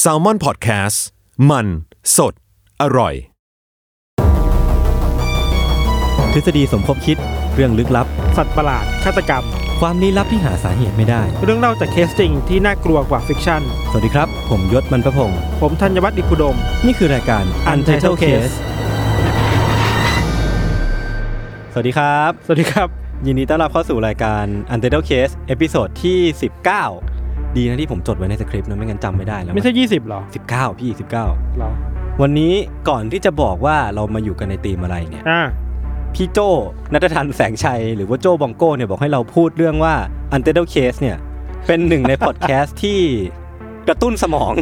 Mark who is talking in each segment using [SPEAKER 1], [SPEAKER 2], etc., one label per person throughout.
[SPEAKER 1] แซลมอนพอดแคสต์มันสดอร่อย
[SPEAKER 2] ทฤษฎีสมคบคิดเรื่องลึกลับ
[SPEAKER 3] สัตว์ประหลาด ฆาตกรรม
[SPEAKER 2] ความลี้ลับที่หาสาเหตุไม่ได้
[SPEAKER 3] เรื่องเล่าจากเคสจริงที่น่ากลัวกว่าฟิกชั่น
[SPEAKER 2] สวัสดีครับ ผมยศมันประพงศ์
[SPEAKER 3] ผมธัญวัฒน์อิพุดม
[SPEAKER 2] นี่คือรายการ Untitled Case สวัสดีครับ
[SPEAKER 3] สวัสดีครับ
[SPEAKER 2] ยินดีต้อนรับเข้าสู่รายการ Untitled Case เอพิโซดที่ 19 ดีนะที่ผมจดไว้ในสคริปต์นะไม่งั้นจำไม่ได้แล้ว
[SPEAKER 3] ไม่ใช่ 20หรอ
[SPEAKER 2] 19 พี่
[SPEAKER 3] เหรอ
[SPEAKER 2] 19 วันนี้ก่อนที่จะบอกว่าเรามาอยู่กันในธีมอะไรเนี่ย
[SPEAKER 3] อ่า
[SPEAKER 2] พี่โจนัทธันแสงชัย หรือว่าโจบองโก้เนี่ยบอกให้เราพูดเรื่องว่า u n t i t l e d Case เนี่ย เป็นหนึ่งใน พอดแคสต์ที่กระตุ้นสมอง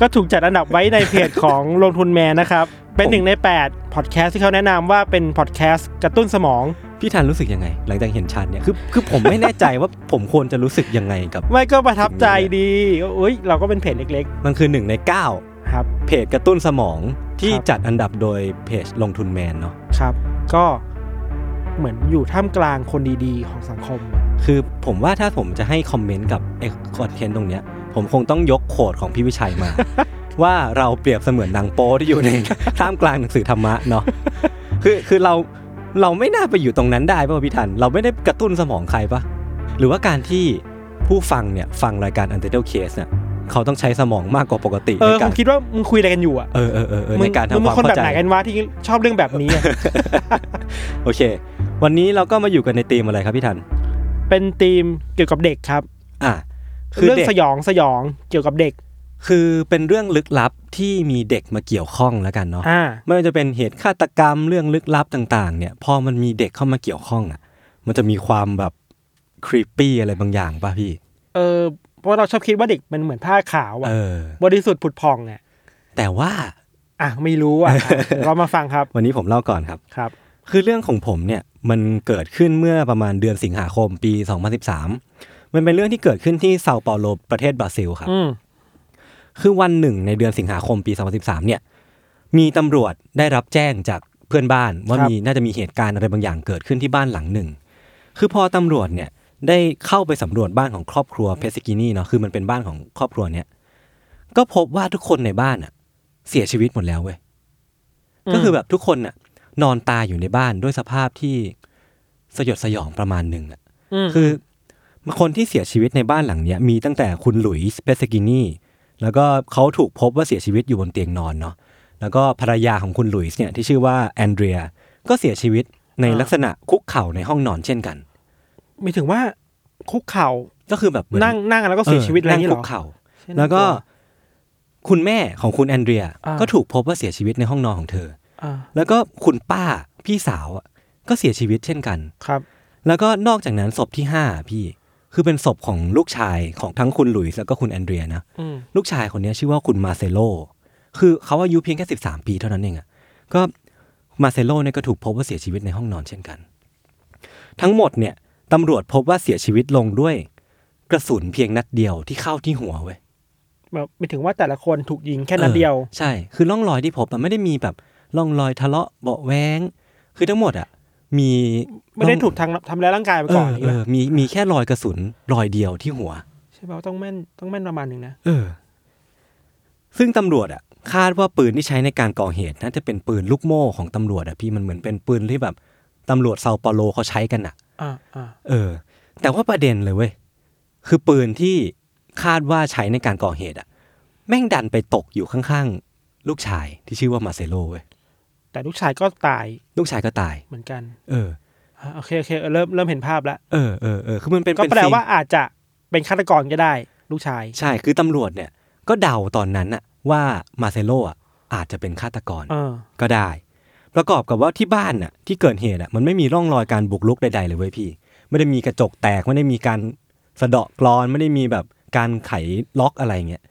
[SPEAKER 3] ก็ถูกจัดอันดับไว้ในเพจของลงทุนแมนนะครับ เป็นหนึ่งใน8พอดแคสต์ที่เขาแนะนำว่าเป็นพอดแคสต์กระตุ้นสมอง
[SPEAKER 2] พี่ทันรู้สึกยังไง หลังจากเห็นชันเนี่ย คือคือผมไม่แน่ใจว่าผมควรจะรู้สึกยังไงกับ
[SPEAKER 3] ไม่ก็ประทับใจดีก็อุ้ยเราก็เป็นเพจเล็ก
[SPEAKER 2] มันคือหนึ่งใน
[SPEAKER 3] ๆ ครับ
[SPEAKER 2] 9 เพจกระตุ้นสมองที่
[SPEAKER 3] ครับ
[SPEAKER 2] จัดอันดับโดยเพจลงทุนแมนเนาะ
[SPEAKER 3] ครับ ก็เหมือนอยู่ท่ามกลางคนดีๆ ของสังคมอะ
[SPEAKER 2] คือผมว่าถ้าผมจะให้คอมเมนต์กับไอ้คอนเทนต์ตรงเนี้ยผมคงต้องยกโคดของพี่วิชัยมา ว่าเราเปรียบเสมือนนางโป๊ที่อยู่ใน ท่ามกลางหนังสือธรรมะเนาะ คือคือเราเราไม่น่าไปอยู่ตรงนั้นได้ป่ะพี่ทัน เราไม่ได้กระตุ้นสมองใครป่ะ หรือว่าการที่ผู้ฟังเนี่ยฟังรายการ u n t i t l e d Case เนี่ยเขาต้องใช้สมองมากกว่าปกติ
[SPEAKER 3] เอ
[SPEAKER 2] ใน
[SPEAKER 3] อผ
[SPEAKER 2] การ
[SPEAKER 3] มคิดว่ามึงคุยอะไรกันอยู่อะ
[SPEAKER 2] เออเออเออเออ
[SPEAKER 3] มึ
[SPEAKER 2] ใน
[SPEAKER 3] ง
[SPEAKER 2] การ
[SPEAKER 3] มึง
[SPEAKER 2] ทำค
[SPEAKER 3] เป็
[SPEAKER 2] วาม
[SPEAKER 3] นคนแบ
[SPEAKER 2] เข้า
[SPEAKER 3] บ
[SPEAKER 2] ใจ
[SPEAKER 3] ไหนกันวะที่ชอบเรื่องแบบนี้ อะ
[SPEAKER 2] โอเค วันนี้เราก็มาอยู่กันในธีมอะไรครับพี่ทัน
[SPEAKER 3] เป็นธีมเกี่ยวกับเด็กครับ
[SPEAKER 2] อ่ะคือ
[SPEAKER 3] เรื่อง
[SPEAKER 2] เด็ก
[SPEAKER 3] สยองสยองเกี่ยวกับเด็ก
[SPEAKER 2] คือเป็นเรื่องลึกลับที่มีเด็กมาเกี่ยวข้องแล้วกันเนาะ
[SPEAKER 3] อ่า
[SPEAKER 2] ไม่ว่าจะเป็นเหตุฆาตกรรมเรื่องลึกลับต่างๆ เนี่ยพอมันมีเด็กเข้ามาเกี่ยวข้องอ่ะ มันจะมีความแบบครีปปี้อะไรบางอย่างป่ะพี่
[SPEAKER 3] เออเพราะเราชอบคิดว่าเด็กมันเหมือนผ้าขาว
[SPEAKER 2] เอ
[SPEAKER 3] อะ
[SPEAKER 2] อ
[SPEAKER 3] บริสุทธิ์ผุดพองอะ
[SPEAKER 2] แต่ว่า
[SPEAKER 3] อ่ะไม่รู้ อะอ่ะ เรามาฟังครับ
[SPEAKER 2] วันนี้ผมเล่าก่อนครับ
[SPEAKER 3] ครับ
[SPEAKER 2] คือเรื่องของผมเนี่ยมันเกิดขึ้นเมื่อประมาณเดือนสิงหาคมปี 2013 มันเป็นเรื่องที่เกิดขึ้นที่เซาเปาโลประเทศบราซิลครับ
[SPEAKER 3] อืม
[SPEAKER 2] คือวันหนึ่งในเดือนสิงหาคมปี 2013 เนี่ย มีตำรวจได้รับแจ้งจากเพื่อนบ้าน ว่ามีน่าจะมีเหตุการณ์อะไรบางอย่างเกิดขึ้นที่บ้านหลังหนึ่ง คือพอตำรวจเนี่ยได้เข้าไปสำรวจบ้านของครอบครัวเพสกินี่เนาะคือมันเป็นบ้านของครอบครัวเนี่ย ก็พบว่าทุกคนในบ้านอะเสียชีวิตหมดแล้วเว้ย ก็คือแบบทุกคนน่ะนอนตายอยู่ในบ้านด้วยสภาพที่สยดสยองประมาณหนึ่งอะ
[SPEAKER 3] ม
[SPEAKER 2] คือคนที่เสียชีวิตในบ้านหลังเนี้ยมีตั้งแต่คุณหลุยส์เปสกินี่แล้วก็เขาถูกพบว่าเสียชีวิตอยู่บนเตียงนอนเนาะแล้วก็ภรรยาของคุณหลุยส์เนี่ยที่ชื่อว่าแอนเดรียก็เสียชีวิตในลักษณะคุกเข่าในห้องนอนเช่นกัน
[SPEAKER 3] หมายถึงว่าคุกเข่า
[SPEAKER 2] ก็คือแบบเหมือ
[SPEAKER 3] นั่งนั่งแล้วก็เสียชีวิตอะไรอย่าง
[SPEAKER 2] นั่
[SPEAKER 3] นี้
[SPEAKER 2] ง
[SPEAKER 3] เหร
[SPEAKER 2] คุ
[SPEAKER 3] อก
[SPEAKER 2] เข่า
[SPEAKER 3] ใช่น่า
[SPEAKER 2] แล้วก็
[SPEAKER 3] ลั
[SPEAKER 2] คุณแม่ของคุณแอนเดรีย
[SPEAKER 3] อ่า
[SPEAKER 2] ก็ถูกพบว่าเสียชีวิตในห้องนอนของเธอ
[SPEAKER 3] อ่า
[SPEAKER 2] แล้วก็คุณป้าพี่สาวอะก็เสียชีวิตเช่นกัน
[SPEAKER 3] ครับ
[SPEAKER 2] แล้วก็นอกจากนั้นศพที่ห้าพี่ คือเป็นศพของลูกชายของทั้งคุณหลุยส์แล้วก็คุณแอนเดรียนะ
[SPEAKER 3] อืม
[SPEAKER 2] ลูกชายคนนี้ชื่อว่าคุณมาเซโล คือเขาอายุเพียงแค่สิบสามปีเท่านั้นเองอะก็มาเซโลเนี่ยก็ถูกพบว่าเสียชีวิตในห้องนอนเช่นกัน ทั้งหมดเนี่ยตำรวจพบว่าเสียชีวิตลงด้วย กระสุนเพียงนัดเดียวที่เข้าที่หัวเว้ย
[SPEAKER 3] แบบหมายถึงว่าแต่ละคนถูกยิงแค่นัดเดียว
[SPEAKER 2] ออใช่ คือร่องรอยที่พบมันไม่ได้มีแบบร่องรอยทะเลาะเบาะแว้ง คือทั้งหมดอ่ะ มี
[SPEAKER 3] ไม่ได้ถูกทางทำร้ายร่างกายมา
[SPEAKER 2] เอ
[SPEAKER 3] ก่อน
[SPEAKER 2] อ
[SPEAKER 3] อย่าง
[SPEAKER 2] เอ
[SPEAKER 3] นี้
[SPEAKER 2] อ
[SPEAKER 3] นะ
[SPEAKER 2] มีมีแค่รอยกระสุนรอยเดียวที่หัว
[SPEAKER 3] ใช่ป่าต้องแม่นต้องแม่นประมาณหนึ่งนะ
[SPEAKER 2] เออ ซึ่งตำรวจอ่ะ คาดว่าปืนที่ใช้ในการก่อเหตุน่าจะเป็นปืนลูกโม่ของตำรวจอ่ะพี่มันเหมือนเป็นปืนที่แบบตำรวจเซาเปาโลเขาใช้กันอ่ะ
[SPEAKER 3] อ่าอ่า
[SPEAKER 2] เออ แต่ว่าประเด็นเลยเว้ย คือปืนที่คาดว่าใช้ในการก่อเหตุอ่ะ แม่งดันไปตกอยู่ข้างๆ ลูกชายที่ชื่อว่ามาเซโลเว้ย
[SPEAKER 3] แต่ลูกชายก็ตาย
[SPEAKER 2] ลูกชายก็ตาย
[SPEAKER 3] เหมือนกัน
[SPEAKER 2] เออ
[SPEAKER 3] อ่ะโอเคโอเคเออเริ่มเริ่มเห็นภาพแล้ว
[SPEAKER 2] เออเออเออคือมันเป็น
[SPEAKER 3] ก็
[SPEAKER 2] เป็น
[SPEAKER 3] แปลว่า
[SPEAKER 2] ซี
[SPEAKER 3] อาจจะเป็นฆาตกรก็ได้ ลูกชาย
[SPEAKER 2] นใช่ คือตำรวจเนี่ย ก็เดาตอนนั้นอะว่ามาเซโลอะอาจจะเป็นฆาตกร
[SPEAKER 3] เออ
[SPEAKER 2] ก็ได้ ประกอบกับว่าที่บ้านน่ะ ที่เกิดเหตุอะมันไม่มีร่องรอยการบุกรุกใดๆเลยเว้ยพี่ ไม่ได้มีกระจกแตก ไม่ได้มีการสะเดาะกรอน ไม่ได้มีแบบการไขล็อกอะไรเงี้ย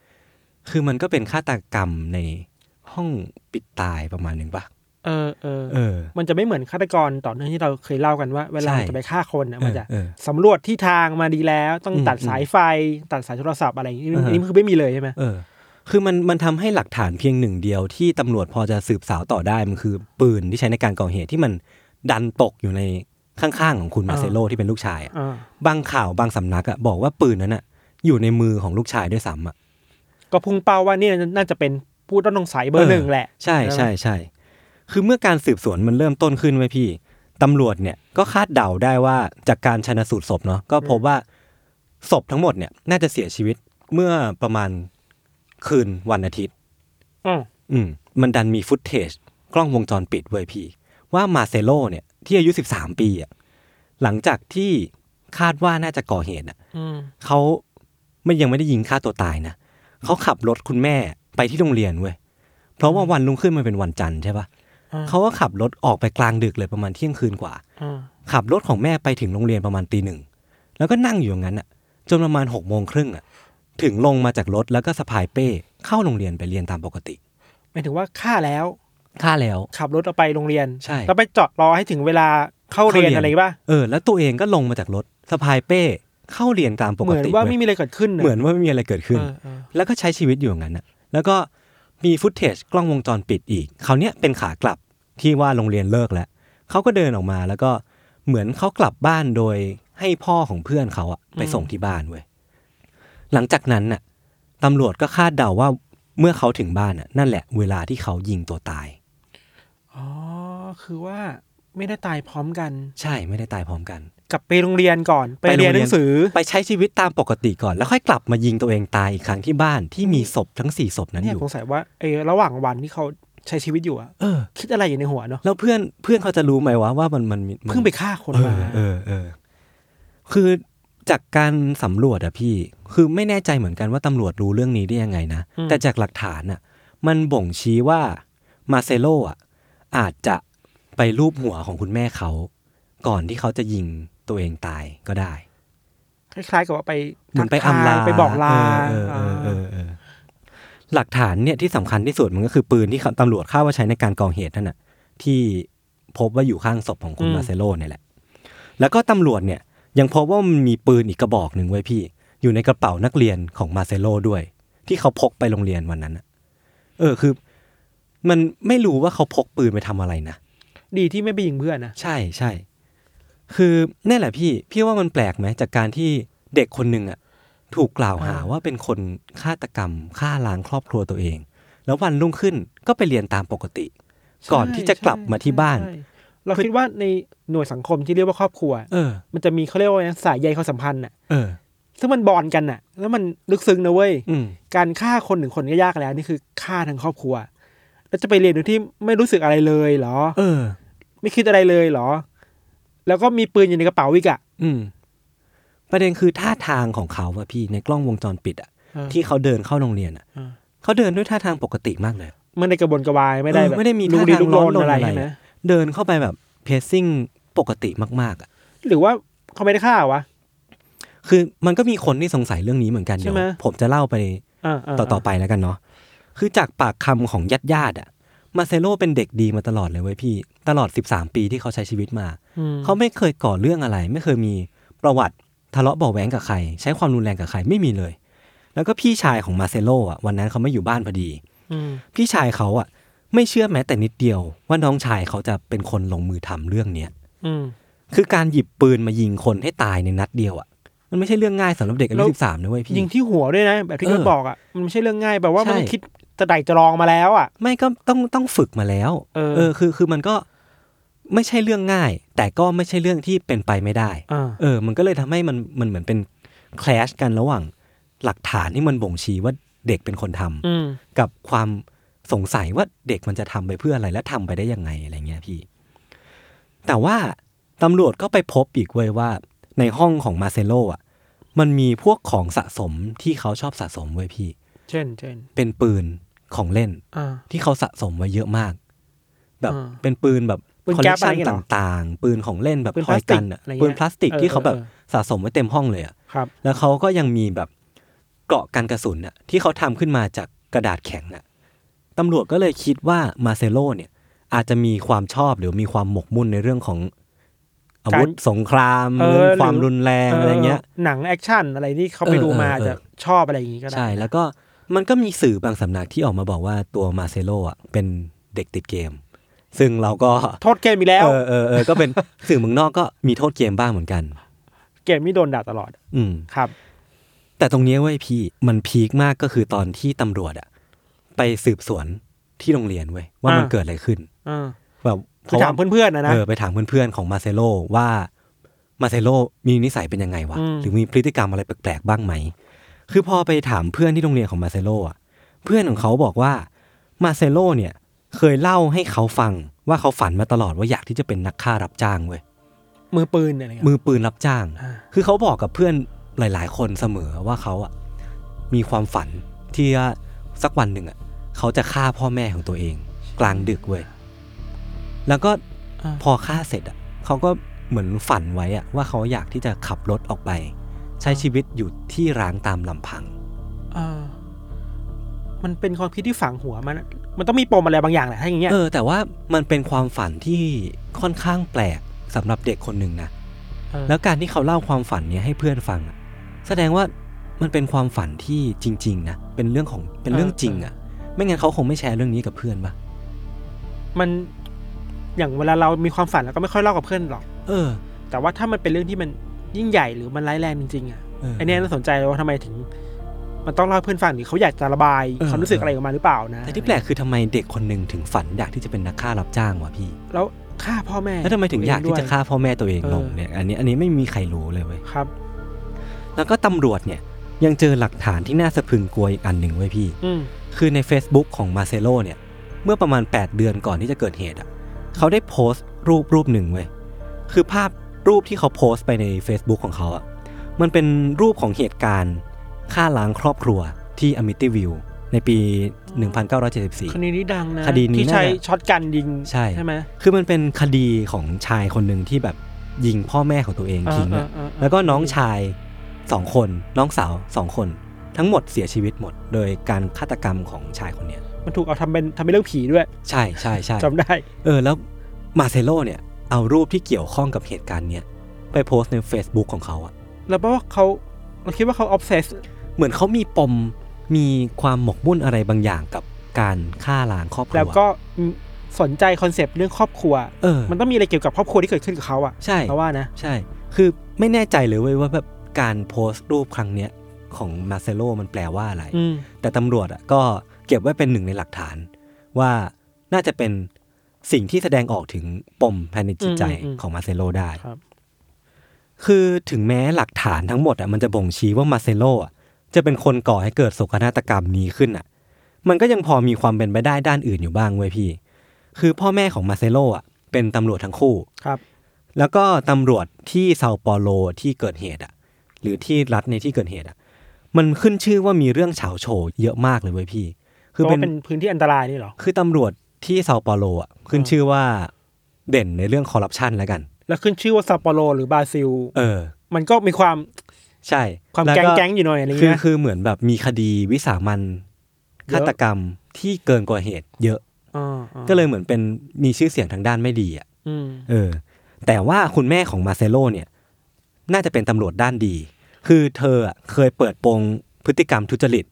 [SPEAKER 2] คือมันก็เป็นฆาตกรรมในห้องปิดตายประมาณหนึ่งปะ
[SPEAKER 3] เออเออ
[SPEAKER 2] เออ
[SPEAKER 3] มันจะไม่เหมือนฆาตกรต่อเนื่องที่เราเคยเล่ากันว่า เวลา
[SPEAKER 2] ใช่
[SPEAKER 3] จะไปฆ่าคนน่ะ
[SPEAKER 2] เออ
[SPEAKER 3] มันจะ
[SPEAKER 2] เออ
[SPEAKER 3] สำรวจที่ทางมาดีแล้ว ต้อง
[SPEAKER 2] อืม
[SPEAKER 3] ตัดสายไฟ ตัดสายโทรศัพท์อะไรอย่างนี้
[SPEAKER 2] เออ
[SPEAKER 3] อันนี่คือไม่มีเลยใช่ไหม
[SPEAKER 2] เออ คือมันมันทำให้หลักฐานเพียงหนึ่งเดียวที่ตำรวจพอจะสืบสาวต่อได้ มันคือปืนที่ใช้ในการก่อเหตุที่มันดันตกอยู่ในข้างๆของคุณมาเซโลที่เป็นลูกชายอะ
[SPEAKER 3] อ่า
[SPEAKER 2] บางข่าวบางสำนักอะบอกว่าปืนนั้นอะอยู่ในมือของลูกชายด้วยซ้ำอะ
[SPEAKER 3] ก็พุ่งเป้าว่านี่น่าจะเป็นผู้ต้องสงสัยเบอร์หนึ่งแหละ
[SPEAKER 2] ใช่
[SPEAKER 3] ใช่
[SPEAKER 2] ใช่
[SPEAKER 3] ไหม
[SPEAKER 2] ใช่ คือเมื่อการสืบสวนมันเริ่มต้นขึ้นไว้ยพี่ ตำรวจเนี่ยก็คาดเดาได้ว่าจากการชนะสูตรศพเนาะก็พบว่าศพทั้งหมดเนี่ยน่าจะเสียชีวิตเมื่อประมาณคืนวันอาทิตย์
[SPEAKER 3] อืม
[SPEAKER 2] อืมมันดันมีฟุตเทจกล้องวงจรปิดเว้ยพี่ ว่ามาเซโลเนี่ยที่อายุ 13 ปีอะหลังจากที่คาดว่าน่าจะก่อเหตุอะ
[SPEAKER 3] อืม
[SPEAKER 2] เขาไม่ยังไม่ได้ยิงฆ่าตัวตายนะเขาขับรถคุณแม่ไปที่โรงเรียนเว้ยเพราะว่าวันรุ่งขึ้นมันเป็นวันจันทร์ใช่ปะ
[SPEAKER 3] อ่า
[SPEAKER 2] เขาก็ขับรถออกไปกลางดึกเลยประมาณเที่ยงคืนกว่า
[SPEAKER 3] อ่า
[SPEAKER 2] ขับรถของแม่ไปถึงโรงเรียนประมาณตีหนึ่งแล้วก็นั่งอยู่อย่างนั้นอ่ะ จนประมาณหกโมงครึ่งอ่ะ ถึงลงมาจากรถแล้วก็สะพายเป้เข้าโรงเรียนไปเรียนตามปกติ
[SPEAKER 3] หมายถึงว่าฆ่าแล้ว
[SPEAKER 2] ฆ่าแล้ว
[SPEAKER 3] ขับรถออกไปโรงเรียน
[SPEAKER 2] ใช่
[SPEAKER 3] แล้วไปจอดรอให้ถึงเวลาเข้าเรียนอะไรป่ะ
[SPEAKER 2] เออ แล้วตัวเองก็ลงมาจากรถสะพายเป้เข้าเรียนตามปก
[SPEAKER 3] เหมือน
[SPEAKER 2] ติ
[SPEAKER 3] ว่า
[SPEAKER 2] เว้ย
[SPEAKER 3] ไม่มีอะไรเกิดขึ้นะ
[SPEAKER 2] เหมือนว่าไม่มีอะไรเกิดขึ้น
[SPEAKER 3] เออเออ
[SPEAKER 2] แล้วก็ใช้ชีวิตอยู่อย่างนั้นนะแล้วก็มีฟุตเทจกล้องวงจรปิดอีก คราวเนี้ยเป็นขากลับที่ว่าโรงเรียนเลิกแล้ว เขาก็เดินออกมาแล้วก็เหมือนเขากลับบ้านโดยให้พ่อของเพื่อนเขาอะไปส่งที่บ้านเว้ย หลังจากนั้นน่ะตำรวจก็คาดเดาว่าเมื่อเขาถึงบ้านน่ะนั่นแหละเวลาที่เขายิงตัวตาย
[SPEAKER 3] อ๋อคือว่าไม่ได้ตายพร้อมกัน
[SPEAKER 2] ใช่ไม่ได้ตายพร้อมกัน
[SPEAKER 3] กลับไปโรงเรียนก่อนไป
[SPEAKER 2] ไปโรงเรี
[SPEAKER 3] เรี
[SPEAKER 2] ยน
[SPEAKER 3] ยนหนังสือ
[SPEAKER 2] ไปใช้ชีวิตตามปกติก่อน แล้วค่อยกลับมายิงตัวเองตายอีกครั้งที่บ้านที่มีศพทั้งสี่ศพนั้น
[SPEAKER 3] เนี่
[SPEAKER 2] อย ยู่
[SPEAKER 3] สงสัยว่าไอ้ระหว่างวันที่เขาใช้ชีวิตอยู่อะ
[SPEAKER 2] เออ
[SPEAKER 3] คิดอะไรอยู่ในหัวเนาะ
[SPEAKER 2] แล้วเพื่อนเพื่อนเขาจะรู้ไหมวะว่ามันมันมัน
[SPEAKER 3] เพิ่งไปฆ่าคนมา
[SPEAKER 2] เออเออ คือจากการสำรวจอะพี่ คือไม่แน่ใจเหมือนกันว่าตำรวจรู้เรื่องนี้ได้ยังไงนะ แต่จากหลักฐานอะมันบ่งชี้ว่ามาเซโลอะอาจจะไปรูปหัวของคุณแม่เขา ก่อนที่เขาจะยิงตัวเองตายก็ได้
[SPEAKER 3] คล้ายๆกับว่าไป
[SPEAKER 2] เหมือนไป
[SPEAKER 3] ทัก
[SPEAKER 2] อำ
[SPEAKER 3] ท
[SPEAKER 2] ลาย
[SPEAKER 3] ไปบอกลา
[SPEAKER 2] เออเออเออเออ
[SPEAKER 3] อ
[SPEAKER 2] เออหลักฐานเนี่ยที่สำคัญที่สุดมันก็คือปืนที่ตำรวจคาดว่าใช้ในการก่อเหตุนั่นน่ะ ที่พบว่าอยู่ข้างศพของคุณมาเซโลเนี่ยแหละ แล้วก็ตำรวจเนี่ยยังพบว่ามันมีปืนอีกกระบอกหนึ่งไว้ยพี่ อยู่ในกระเป๋านักเรียนของมาเซโลด้วย ที่เขาพกไปโรงเรียนวันนั้นน่ะ เออคือ มันไม่รู้ว่าเขาพกปืนไปทำอะไรนะ
[SPEAKER 3] ดีที่ไม่ไปยิงเพื่อนนะ
[SPEAKER 2] ใช่ใช่ คือนี่นแหละพี่ พี่ว่ามันแปลกไหมจากการที่เด็กคนหนึ่งอ่ะถูกกล่าวหาว่าเป็นคนฆาตกรรมฆ่าล้างครอบครัวตัวเอง แล้ววันรุ่งขึ้นก็ไปเรียนตามปกติ ก่อนที่จะกลับมาที่บ้าน
[SPEAKER 3] ใช่เราคิดว่าในหน่วยสังคมที่เรียกว่าครอบครัว
[SPEAKER 2] เออ
[SPEAKER 3] มันจะมีเขาเรียกว่าอะไรนะสายใยความสัมพันธ์น่ะ
[SPEAKER 2] เออ
[SPEAKER 3] ซึ่งมันบอนกันน่ะ แล้วมันลึกซึ้งนะเว้ย
[SPEAKER 2] อืม
[SPEAKER 3] การฆ่าคนหนึ่งคนก็ยากแล้ว นี่คือฆ่าทั้งครอบครัว แล้วจะไปเรียนโดยที่ไม่รู้สึกอะไรเลยเหรอ
[SPEAKER 2] เออ
[SPEAKER 3] ไม่คิดอะไรเลยเหรอ แล้วก็มีปืนอยู่ในกระเป๋าอีกอะ
[SPEAKER 2] อืม ประเด็นคือท่าทางของเขาอะพี่ในกล้องวงจรปิดอะ
[SPEAKER 3] เออ
[SPEAKER 2] ที่เขาเดินเข้าโรงเรียนอะ
[SPEAKER 3] เออ
[SPEAKER 2] เขาเดินด้วยท่าทางปกติมากเลย
[SPEAKER 3] มันในกระบวนกระวายไม่
[SPEAKER 2] เอ
[SPEAKER 3] ได้
[SPEAKER 2] อ
[SPEAKER 3] แบบ
[SPEAKER 2] ไม่ได้มี
[SPEAKER 3] ลู
[SPEAKER 2] ท่าก
[SPEAKER 3] ดี
[SPEAKER 2] ทาง
[SPEAKER 3] ลูกลน
[SPEAKER 2] ร้อนรน
[SPEAKER 3] อะไร
[SPEAKER 2] อะไร
[SPEAKER 3] ใช่ไหม
[SPEAKER 2] เดินเข้าไปแบบเพซซิ่งปกติมากๆอะ
[SPEAKER 3] หรือว่าเขาไม่ได้ฆ่าวะ
[SPEAKER 2] คือมันก็มีคนที่สงสัยเรื่องนี้เหมือนกัน
[SPEAKER 3] ใช่
[SPEAKER 2] เดี๋ยว
[SPEAKER 3] ไหม
[SPEAKER 2] ผมจะเล่าไป
[SPEAKER 3] อ่าา
[SPEAKER 2] ต่อต่อไปแล้วกันเนาะคือจากปากคำของญาติญาติๆอ่ะมาเซโลเป็นเด็กดีมาตลอดเลยเว้ยพี่ ตลอด 13 ปีที่เขาใช้ชีวิตมา
[SPEAKER 3] อืม
[SPEAKER 2] เขาไม่เคยก่อเรื่องอะไร ไม่เคยมีประวัติทะเลาะเบาะแหวงกับใคร ใช้ความรุนแรงกับใครไม่มีเลย แล้วก็พี่ชายของมาเซโลอ่ะวันนั้นเขาไม่อยู่บ้านพอดี
[SPEAKER 3] อืม
[SPEAKER 2] พี่ชายเขาอ่ะไม่เชื่อแม้แต่นิดเดียว ว่าน้องชายเขาจะเป็นคนลงมือทำเรื่องเนี้ย
[SPEAKER 3] อืม
[SPEAKER 2] คือการหยิบปืนมายิงคนให้ตายในนัดเดียวอ่ะมันไม่ใช่เรื่องง่ายสำหรับเด็กอา
[SPEAKER 3] แล้
[SPEAKER 2] ยุ
[SPEAKER 3] ว
[SPEAKER 2] สิบสามนะเว้ยพี่
[SPEAKER 3] ยิงที่หัวด้วยนะ แบบที่
[SPEAKER 2] เออ
[SPEAKER 3] เขาบอกอะมันไม่ใช่เรื่องง่ายแบบว่า
[SPEAKER 2] ใช่
[SPEAKER 3] มันคิดจะไต่จะรองมาแล้วอะ
[SPEAKER 2] ไม่ก็ต้องต้องฝึกมาแล้ว
[SPEAKER 3] เออ
[SPEAKER 2] คือคือมันก็ไม่ใช่เรื่องง่าย แต่ก็ไม่ใช่เรื่องที่เป็นไปไม่ได้
[SPEAKER 3] อ่า
[SPEAKER 2] เออ มันก็เลยทำให้มันมันเหมือนเป็นคลชกันระหว่างหลักฐานที่มันบ่งชี้ว่าเด็กเป็นคนทำ
[SPEAKER 3] อืม
[SPEAKER 2] กับความสงสัยว่าเด็กมันจะทำไปเพื่ออะไรและทำไปได้ยังไงอะไรเงี้ยพี่ แต่ว่าตำรวจก็ไปพบอีกเว้ยว่า ในห้องของมาเซโลอ่ะ มันมีพวกของสะสมที่เขาชอบสะสมเว้ยพี่
[SPEAKER 3] เช่นเช่น
[SPEAKER 2] เป็นปืนของเล่น
[SPEAKER 3] อ่า
[SPEAKER 2] ที่เขาสะสมไว้เยอะมาก แบบ
[SPEAKER 3] อ่า
[SPEAKER 2] เป็นปืนแบบ
[SPEAKER 3] ปืน
[SPEAKER 2] คอล
[SPEAKER 3] แก๊
[SPEAKER 2] เล
[SPEAKER 3] ป
[SPEAKER 2] ก
[SPEAKER 3] อะ
[SPEAKER 2] ชั
[SPEAKER 3] ไรอน ย่างเงี้ยเหรอ
[SPEAKER 2] ต่างๆ ปืนของเล่นแบบ
[SPEAKER 3] ปืน
[SPEAKER 2] ทอยกันอะ
[SPEAKER 3] พลาสติกอะไรเงี้ย
[SPEAKER 2] ปืนพลาสติก
[SPEAKER 3] เออ
[SPEAKER 2] ที่เขาแบบ
[SPEAKER 3] เออ
[SPEAKER 2] สะสมไว้เต็มห้องเลยอะ
[SPEAKER 3] ครับ
[SPEAKER 2] แล้วเขาก็ยังมีแบบเกราะกันกระสุนอะที่เขาทำขึ้นมาจากกระดาษแข็งอะตำรวจก็เลยคิดว่ามาเซโลเนี่ย อาจจะมีความชอบหรือมีความหมกมุ่นในเรื่องของอาวุธสงคราม
[SPEAKER 3] เออ
[SPEAKER 2] เรื่องความ
[SPEAKER 3] หรือ
[SPEAKER 2] รุนแรงอะไรเงี้ย
[SPEAKER 3] หนังแอคชั่นอะไรที่เขาไป
[SPEAKER 2] เออ
[SPEAKER 3] ดูมา
[SPEAKER 2] เออเออ
[SPEAKER 3] จะชอบอะไรอย่างงี้ก็ได้
[SPEAKER 2] ใช่แล้วก็มันก็มีสื่อบางสำนักที่ออกมาบอกว่าตัวมาเซโลอ่ะเป็นเด็กติดเกม ซึ่งเราก็
[SPEAKER 3] โทษเกมอีกแล้ว
[SPEAKER 2] เออเออเออก็เป็น สื่อเมืองนอกก็มีโทษเกมบ้างเหมือนกัน
[SPEAKER 3] เกมนี่โดนด่าตลอด
[SPEAKER 2] อืม
[SPEAKER 3] ครับ
[SPEAKER 2] แต่ตรงเนี้ยเว้ยพี่มันพีคมากก็คือตอนที่ตำรวจอะไปสืบสวนที่โรงเรียนเว้ยว่ามัน
[SPEAKER 3] อ่า
[SPEAKER 2] เกิดอะไรขึ้น
[SPEAKER 3] อ่า
[SPEAKER 2] แบบ
[SPEAKER 3] คือถามเพื่อนๆนะนะ
[SPEAKER 2] เออไปถามเพื่อนๆของมาเซโลว่ามาเซโลมีนิสัยเป็นยังไงวะ
[SPEAKER 3] อืม
[SPEAKER 2] หรือมีพฤติกรรมอะไรแปลกๆบ้างไหม คือพอไปถามเพื่อนที่โรงเรียนของมาเซโลอ่ะเพื่อนของเขาบอกว่ามาเซโลเนี่ยเคยเล่าให้เขาฟังว่าเขาฝันมาตลอดว่าอยากที่จะเป็นนักฆ่ารับจ้างเว้ย
[SPEAKER 3] มือปืนอะไรเงี้ย
[SPEAKER 2] มือปืนรับจ้าง
[SPEAKER 3] อ่า
[SPEAKER 2] คือเขาบอกกับเพื่อนหลาย ๆ คนเสมอว่าเขาอ่ะมีความฝันที่ว่าสักวันหนึ่งอ่ะเขาจะฆ่าพ่อแม่ของตัวเอง กลางดึกเว้ยแล้วก็
[SPEAKER 3] อ่า
[SPEAKER 2] พอฆ่าเสร็จอ่ะเขาก็เหมือนฝันไว้อ่ะว่าเขาอยากที่จะขับรถออกไป ใช้ชีวิตอยู่ที่ร้างตามลำพัง
[SPEAKER 3] อ่ามันเป็นความคิดที่ฝังหัวมัน มันต้องมีปมอะไรบางอย่างแหละถ้าอย่างเงี้ย
[SPEAKER 2] เออ แต่ว่ามันเป็นความฝันที่ค่อนข้างแปลกสำหรับเด็กคนหนึ่งนะ
[SPEAKER 3] เออ
[SPEAKER 2] แล้วการที่เขาเล่าความฝันเนี้ยให้เพื่อนฟังอ่ะ แสดงว่ามันเป็นความฝันที่จริง ๆนะเป็นเรื่องของเป็นเรื่องจริงอ่ะ ไม่งั้นเขาคงไม่แชร์เรื่องนี้กับเพื่อนปะ
[SPEAKER 3] มันอย่างเวลาเรามีความฝันเราก็ไม่ค่อยเล่ากับเพื่อนหรอก
[SPEAKER 2] เออ
[SPEAKER 3] แต่ว่าถ้ามันเป็นเรื่องที่มันยิ่งใหญ่หรือมันร้ายแรงจริงๆอ่ะ
[SPEAKER 2] เออ
[SPEAKER 3] ไอันนี้น่าสนใจเลยว่าทำไมถึง มันต้องเล่าให้เพื่อนฟังหรือเขาอยากจะระบาย
[SPEAKER 2] เออ
[SPEAKER 3] ความรู้สึกอะไรออกมาหรือเปล่านะ
[SPEAKER 2] แต่ที่แปลกคือทำไมเด็กคนหนึ่งถึงฝันอยากที่จะเป็นนักฆ่ารับจ้างวะพี่
[SPEAKER 3] แล้วฆ่าพ่อแม่
[SPEAKER 2] แล้วทำไมถึงอยากที่จะฆ่า
[SPEAKER 3] ด้ว
[SPEAKER 2] พ่อแม่ตัวเองลง
[SPEAKER 3] เออ
[SPEAKER 2] เนี่ยอันนี้อันนี้ไม่มีใครรู้เลยเว้ย
[SPEAKER 3] ครับ
[SPEAKER 2] แล้วก็ตำรวจเนี่ยยังเจอหลักฐานที่น่าสะพรึงกลัวอีกอันหนึ่งไว้ยพี่
[SPEAKER 3] อืม
[SPEAKER 2] คือใน Facebook ของมาเซโลเนี่ย เมื่อประมาณ 8 เดือนก่อนที่จะเกิดเหตุอ่ะเขาได้โพสต์รูปรูปหนึ่งเว้ยคือภาพรูปที่เขาโพสต์ไปใน Facebook ของเขาอ่ะมันเป็นรูปของเหตุการณ์ฆ่าล้างครอบครัวที่อมิติวิวในปี 1974
[SPEAKER 3] คดีนี้ดังนะ
[SPEAKER 2] คดีนี้
[SPEAKER 3] ที่ใช้
[SPEAKER 2] น่าจะ
[SPEAKER 3] ช็อตกันยิง
[SPEAKER 2] ใช่
[SPEAKER 3] ไหม
[SPEAKER 2] คือมันเป็นคดีของชายคนหนึ่งที่แบบยิงพ่อแม่ของตัวเองทิ้งอ่ะ
[SPEAKER 3] เออเออเออ
[SPEAKER 2] แล้วก็น้องชายสองคนน้องสาวสองคน ทั้งหมดเสียชีวิตหมด โดยการฆาตกรรมของชายคนเนี้ย
[SPEAKER 3] มันถูกเอาทำเป็นทำเป็นเรื่องผีด้วย
[SPEAKER 2] ใช่ใช่ใช่
[SPEAKER 3] จำได้
[SPEAKER 2] เออแล้วมาเซโลเนี่ย เอารูปที่เกี่ยวข้องกับเหตุการณ์เนี้ยไปโพสต์ใน Facebook ของเขาอะ
[SPEAKER 3] แล้วเพราะว่าเขาเราคิดว่าเขาออฟเซส
[SPEAKER 2] เหมือนเขามีปมมีความหมกมุ่นอะไรบางอย่างกับการฆ่าล้างครอบครัว
[SPEAKER 3] แล้วก็สนใจคอนเซปต์เรื่องครอบครัว
[SPEAKER 2] เออ
[SPEAKER 3] มันต้องมีอะไรเกี่ยวกับครอบครัวที่เกิดขึ้นกับเขาอ่ะ
[SPEAKER 2] ใช่
[SPEAKER 3] เราว่านะ
[SPEAKER 2] ใช่ คือไม่แน่ใจเลยเว้ยว่าแบบการโพสต์รูปครั้งเนี้ยของมาเซโลมันแปลว่าอะไร
[SPEAKER 3] อืม
[SPEAKER 2] แต่ตำรวจอะก็เก็บไว้เป็นหนึ่งในหลักฐาน ว่าน่าจะเป็นสิ่งที่แสดงออกถึงปมภายในจิตใจของมาเซโลได้
[SPEAKER 3] ครับ
[SPEAKER 2] คือถึงแม้หลักฐานทั้งหมดอะมันจะบ่งชี้ว่ามาเซโลอะจะเป็นคนก่อให้เกิดโศกนาฏกรรมนี้ขึ้นอะมันก็ยังพอมีความเป็นไปได้ด้านอื่นอยู่บ้างเว้ยพี่ คือพ่อแม่ของมาเซโลอะเป็นตำรวจทั้งคู่
[SPEAKER 3] ครับ
[SPEAKER 2] แล้วก็ตำรวจที่เซาเปาโลที่เกิดเหตุอ่ะ หรือที่รัฐในที่เกิดเหตุอ่ะ มันขึ้นชื่อว่ามีเรื่องเฉาโฉเยอะมากเลยเว้ยพี่
[SPEAKER 3] คื
[SPEAKER 2] คือ อ
[SPEAKER 3] เป็
[SPEAKER 2] เป็น น
[SPEAKER 3] เป็นพื้นที่อันตรายนี่เหรอ
[SPEAKER 2] คือตำรวจที่เซาเปาโลอ่ะขึ้นชื่อว่าเด่นในเรื่องคอร์รัปชันแล้วกัน
[SPEAKER 3] แล้วขึ้นชื่อว่าซาปโปโรหรือบราซิล
[SPEAKER 2] เออ
[SPEAKER 3] มันก็มีความ
[SPEAKER 2] ใช่
[SPEAKER 3] ความ
[SPEAKER 2] ล้ว
[SPEAKER 3] แก๊งแก๊งอยู่หน่อยอะไรอย่าง
[SPEAKER 2] คื
[SPEAKER 3] เงี้
[SPEAKER 2] อย
[SPEAKER 3] นะ
[SPEAKER 2] คือเหมือนแบบมีคดีวิสามัน
[SPEAKER 3] เยอะ
[SPEAKER 2] ฆาตกรรมที่เกินกว่าเหตุ เยอะ
[SPEAKER 3] อ่าๆ
[SPEAKER 2] ก็เลยเหมือนเป็นมีชื่อเสียงทางด้านไม่ดีอ่ะ
[SPEAKER 3] อืม
[SPEAKER 2] เออแต่ว่าคุณแม่ของมาเซโลเนี่ย น่าจะเป็นตำรวจด้านดี คือเธออะเคยเปิดโปงพฤติกรรมทุจริต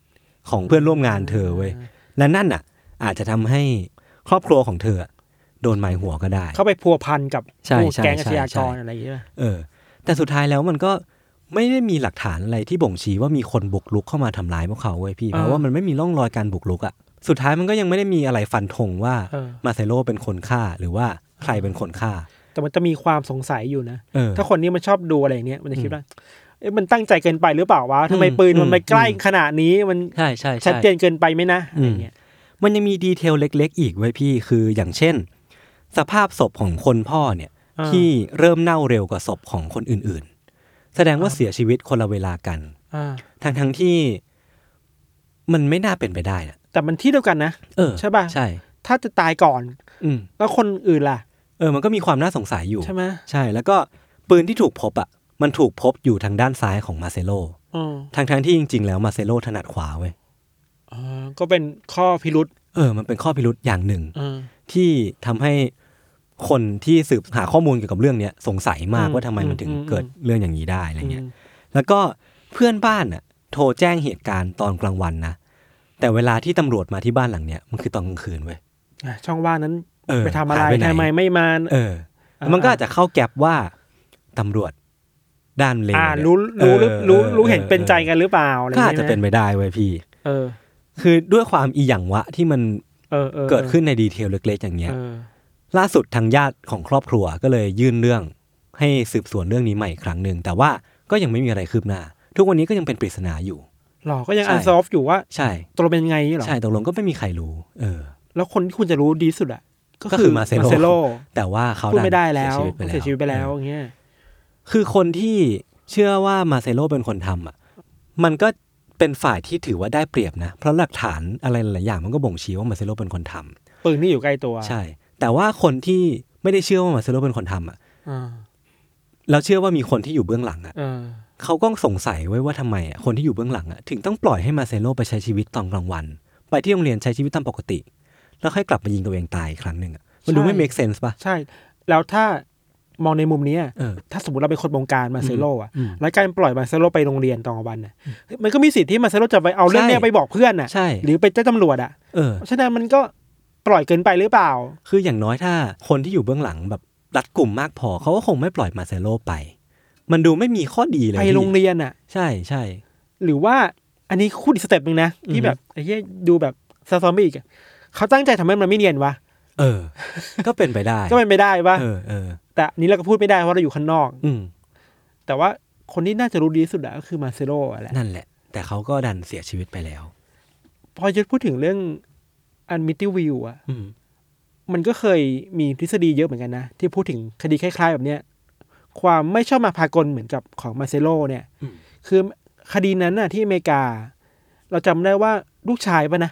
[SPEAKER 2] ของเพื่อนร่วมงานเธอเว้ยและนั่นอ่ะ อาจจะทำให้ครอบครัวของเธออะโดนหมายหัวก็ได้
[SPEAKER 3] เข้าไปพัวพันกับ
[SPEAKER 2] ใช่
[SPEAKER 3] พวก
[SPEAKER 2] ใช่
[SPEAKER 3] แก๊งอา
[SPEAKER 2] ใช่
[SPEAKER 3] ชญากร
[SPEAKER 2] ใช่
[SPEAKER 3] อะไรอย่างเงี้ย
[SPEAKER 2] เออ แต่สุดท้ายแล้วมันก็ไม่ได้มีหลักฐานอะไรที่บ่งชี้ว่ามีคนบุกรุกเข้ามาทำร้ายพวกเขาเว้ยพี่
[SPEAKER 3] เออ
[SPEAKER 2] เพราะว่ามันไม่มีร่องรอยการบุกรุกอ่ะสุดท้ายมันก็ยังไม่ได้มีอะไรฟันธงว่า
[SPEAKER 3] เออ
[SPEAKER 2] มาเซโลเป็นคนฆ่าหรือว่าใครเป็นคนฆ่า
[SPEAKER 3] แต่มันจะมีความสงสัยอยู่นะ
[SPEAKER 2] เออ
[SPEAKER 3] ถ้าคนนี้มันชอบดูอะไรอย่างเงี้ยมันจะคิดว่าเอ๊ะมันตั้งใจเกินไปหรือเปล่าวะทำไม
[SPEAKER 2] อืม
[SPEAKER 3] ปืนมันไป
[SPEAKER 2] อืม
[SPEAKER 3] ใกล้ขนาดนี้มัน
[SPEAKER 2] ใช่ใช่ใช่
[SPEAKER 3] ชัดเจนเกินไปไหมนะอะไรอย่างเงี้ย
[SPEAKER 2] มันยังมีดีเทลเล็กๆ อีกไว้ยพี่คืออย่างเช่น สภาพศพของคนพ่อเนี่ยที่เริ่มเน่าเร็วกว่าศพของคนอื่นๆ แสดงว่าเสียชีวิตคนละเวลากัน
[SPEAKER 3] อ่า
[SPEAKER 2] ทั้งทั้งๆที่มันไม่น่าเป็นไปได้นะ
[SPEAKER 3] แต่มันที่เดียวกันนะ
[SPEAKER 2] เออ
[SPEAKER 3] ใช่ป่ะ
[SPEAKER 2] ใช่
[SPEAKER 3] ถ้าจะตายก่อน
[SPEAKER 2] อืม
[SPEAKER 3] แล้วคนอื่นล่ะ
[SPEAKER 2] เออมันก็มีความน่าสงสัยอยู่
[SPEAKER 3] ใช่ไหม
[SPEAKER 2] ใช่แล้วก็ปืนที่ถูกพบอ่ะมันถูกพบอยู่ทางด้านซ้ายของมาเซโล
[SPEAKER 3] อ๋อ
[SPEAKER 2] ทั้งทั้งๆที่จริง ๆ แล้วมาเซโลถนัดขวาเว้ย
[SPEAKER 3] อ๋อก็เป็นข้อพิรุษ
[SPEAKER 2] เออมันเป็นข้อพิรุษอย่างหนึ่ง
[SPEAKER 3] อ่า
[SPEAKER 2] ที่ทำให้คนที่สืบหาข้อมูลเกี่ยวกับเรื่องเนี้ยสงสัยมาก
[SPEAKER 3] อืม
[SPEAKER 2] ว่าทำไมมันถึง
[SPEAKER 3] อืมอืม
[SPEAKER 2] เกิดเรื่องอย่างนี้ได้อะไรเงี้ย
[SPEAKER 3] อืม
[SPEAKER 2] แล้วก็เพื่อนบ้านน่ะโทรแจ้งเหตุการณ์ตอนกลางวันนะแต่เวลาที่ตำรวจมาที่บ้านหลังเนี้ยมันคือตอนกลางคืนเว้ย
[SPEAKER 3] อ่ะช่องว่างนั้น
[SPEAKER 2] เออ
[SPEAKER 3] ไปทำอะไร
[SPEAKER 2] หายปหน
[SPEAKER 3] ทำไมไม่มา
[SPEAKER 2] เออแล้วมันก็อาจจะเข้าแก็บว่าตำรวจ ด้านเลว
[SPEAKER 3] อ่า
[SPEAKER 2] เนี่ย
[SPEAKER 3] รู้รู้
[SPEAKER 2] ออ
[SPEAKER 3] รู้
[SPEAKER 2] ออ
[SPEAKER 3] รู้เห็น
[SPEAKER 2] ออ
[SPEAKER 3] เป็นใจกันหรือเปล่าอะไรอ
[SPEAKER 2] ก็
[SPEAKER 3] ย่าง
[SPEAKER 2] อาจ
[SPEAKER 3] งี้
[SPEAKER 2] จะเป็น
[SPEAKER 3] ไหม
[SPEAKER 2] ไปได้เว้ยพี่
[SPEAKER 3] เออ
[SPEAKER 2] คือด้วยความอีหยังวะที่มัน
[SPEAKER 3] เออออ
[SPEAKER 2] เกิดขึ้นในดีเทลเล็กๆอย่างเงี้ย
[SPEAKER 3] เออ
[SPEAKER 2] ล่าสุดทางญาติของครอบครัวก็เลยยื่นเรื่องให้สืบสวนเรื่องนี้ใหม่อีกครั้งหนึ่งแต่ว่าก็ยังไม่มีอะไรคืบหน้า ทุกวันนี้ก็ยังเป็นปริศนาอยู่
[SPEAKER 3] หรอก็ยัง
[SPEAKER 2] ใช่
[SPEAKER 3] อันซอฟอยู่ว่า
[SPEAKER 2] ใช่
[SPEAKER 3] ตกลงเป็นยังไงเหรอ
[SPEAKER 2] ใช่ตกลงก็ไม่มีใครรู้ เออ
[SPEAKER 3] แล้วคนที่คุณจะรู้ดีสุดอ่ะ
[SPEAKER 2] ก็คือมาเซโล แต่ว่า เขา
[SPEAKER 3] พูดไม่ได้แล้ว
[SPEAKER 2] เสียชีวิตไปแล้ว
[SPEAKER 3] เสียชีวิตไปแล้ว
[SPEAKER 2] เออ
[SPEAKER 3] อย่างเงี้ย
[SPEAKER 2] คือคนที่เชื่อว่ามาเซโลเป็นคนทำอ่ะมันก็เป็นฝ่ายที่ถือว่าได้เปรียบนะ เพราะหลักฐานอะไรหลายๆอย่างมันก็บ่งชี้ว่ามาเซโลเป็นคนทำ
[SPEAKER 3] ปืนที่อยู่ใกล้ตัว
[SPEAKER 2] ใช่ แต่ว่าคนที่ไม่ได้เชื่อว่ามาเซโลเป็นคนทำอ่ะ
[SPEAKER 3] อ่า
[SPEAKER 2] แล้วเชื่อว่ามีคนที่อยู่เบื้องหลังอ่ะ
[SPEAKER 3] เออ
[SPEAKER 2] เขาก็สงสัยไว้ว่าทำไมอ่ะคนที่อยู่เบื้องหลังอ่ะถึงต้องปล่อยให้มาเซโลไปใช้ชีวิตตอนกลางวัน ไปที่โรงเรียนใช้ชีวิตตามปกติ แล้วค่อยกลับมายิงตัวเองตายอีกครั้งหนึ่งอ่ะมันดู
[SPEAKER 3] ใช่
[SPEAKER 2] ไม่ make sense ป่ะ
[SPEAKER 3] ใช่ แล้วถ้ามองในมุมเนี้ย
[SPEAKER 2] เออ
[SPEAKER 3] ถ้าสมมติเราเป็นคนบงการมาเซโลอ่ะ
[SPEAKER 2] อืม
[SPEAKER 3] แล้วการปล่อยมาเซโลไปโรงเรียนตอนกลางวันน่ะเฮ้ยมันก็มีสิทธิ์ที่มาเซโลจะไปเอาเรื่องเนี้ย
[SPEAKER 2] ใช่
[SPEAKER 3] ไปบอกเพื่อนน่ะ
[SPEAKER 2] ใช่
[SPEAKER 3] หรือไปแจ้งตำรวจอ่ะ
[SPEAKER 2] เออ
[SPEAKER 3] เพราะฉะนั้นมันก็ปล่อยเกินไปหรือเปล่า
[SPEAKER 2] คืออย่างน้อยถ้าคนที่อยู่เบื้องหลังแบบรัดกลุ่มมากพอเขาก็คงไม่ปล่อยมาเซโลไป มันดูไม่มีข้อดีเลย
[SPEAKER 3] ไป
[SPEAKER 2] พี่
[SPEAKER 3] โรงเรียนอ่ะ
[SPEAKER 2] ใช่ใช่
[SPEAKER 3] หรือว่าอันนี้คู่อีกสเต็ปหนึ่งนะ ที่แบบไอ้เหี้ยดูแบบซาซอมบี้อีกอะเขาตั้งใจทำให้มันไม่เนียนวะ
[SPEAKER 2] เออ ก็เป็นไปได้
[SPEAKER 3] ก็เป็นไม่ได้วะ
[SPEAKER 2] เออเออ
[SPEAKER 3] แต่อันนี้เราก็พูดไม่ได้เพราะเราอยู่ข้างนอก
[SPEAKER 2] อืม
[SPEAKER 3] แต่ว่าคนที่น่าจะรู้ดีที่สุดอะก็คือมาเซโลอะแหละ
[SPEAKER 2] นั่นแหละ แต่เขาก็ดันเสียชีวิตไปแล้ว
[SPEAKER 3] พอจะพูดถึงเรื่องอันมิติวิวอะ
[SPEAKER 2] อืม
[SPEAKER 3] มันก็เคยมีทฤษฎีเยอะเหมือนกันนะ ที่พูดถึงคดีคล้ายๆ แบบเนี้ยความไม่ชอบมาพากลเหมือนกับของมาเซโลเนี่ย คือคดีนั้นน่ะที่อเมริกา เราจำได้ว่าลูกชายปะนะ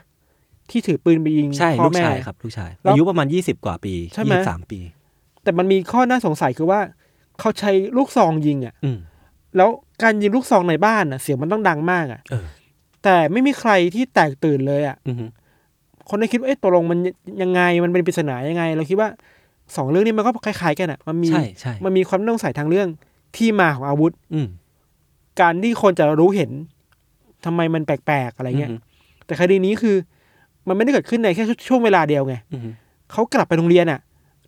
[SPEAKER 3] ที่ถือปืนไปยิง
[SPEAKER 2] ใช่
[SPEAKER 3] พ่
[SPEAKER 2] ลู
[SPEAKER 3] อก แม่
[SPEAKER 2] ชายครับลูกชาย
[SPEAKER 3] แล้ว
[SPEAKER 2] อายุประมาณยี่สิบกว่าปี
[SPEAKER 3] ใช่ไหม
[SPEAKER 2] ยี่สิบสามปี
[SPEAKER 3] แต่มันมีข้อน่าสงสัยคือว่า เขาใช้ลูกซองยิงอะ่ะ
[SPEAKER 2] อืม
[SPEAKER 3] แล้วการยิงลูกซองในบ้านอ่ะ เสียงมันต้องดังมากอะ่ะ
[SPEAKER 2] เออ
[SPEAKER 3] แต่ไม่มีใครที่แตกตื่นเลยอะ่ะ
[SPEAKER 2] อือฮึ
[SPEAKER 3] คนได้คิดว่าเอ๊ะตกลงมันยังไงมันเป็นปริศนายังไง เราคิดว่าสองเรื่องนี้มันก็คล้ายๆกันอะ่ะ มันมี
[SPEAKER 2] ใช่ใช่
[SPEAKER 3] มันมีความน่าสงสัยทางเรื่องที่มาของอาวุธ
[SPEAKER 2] อืม
[SPEAKER 3] การที่คนจะรู้เห็นทำไมมันแปลกๆอะไรเงี้ย
[SPEAKER 2] อืม
[SPEAKER 3] แต่คดีนี้คือ มันไม่ได้เกิดขึ้นในแค่ช่วงเวลาเดียวไง
[SPEAKER 2] อืม
[SPEAKER 3] เขากลับไปโรงเรียนอะ่ะ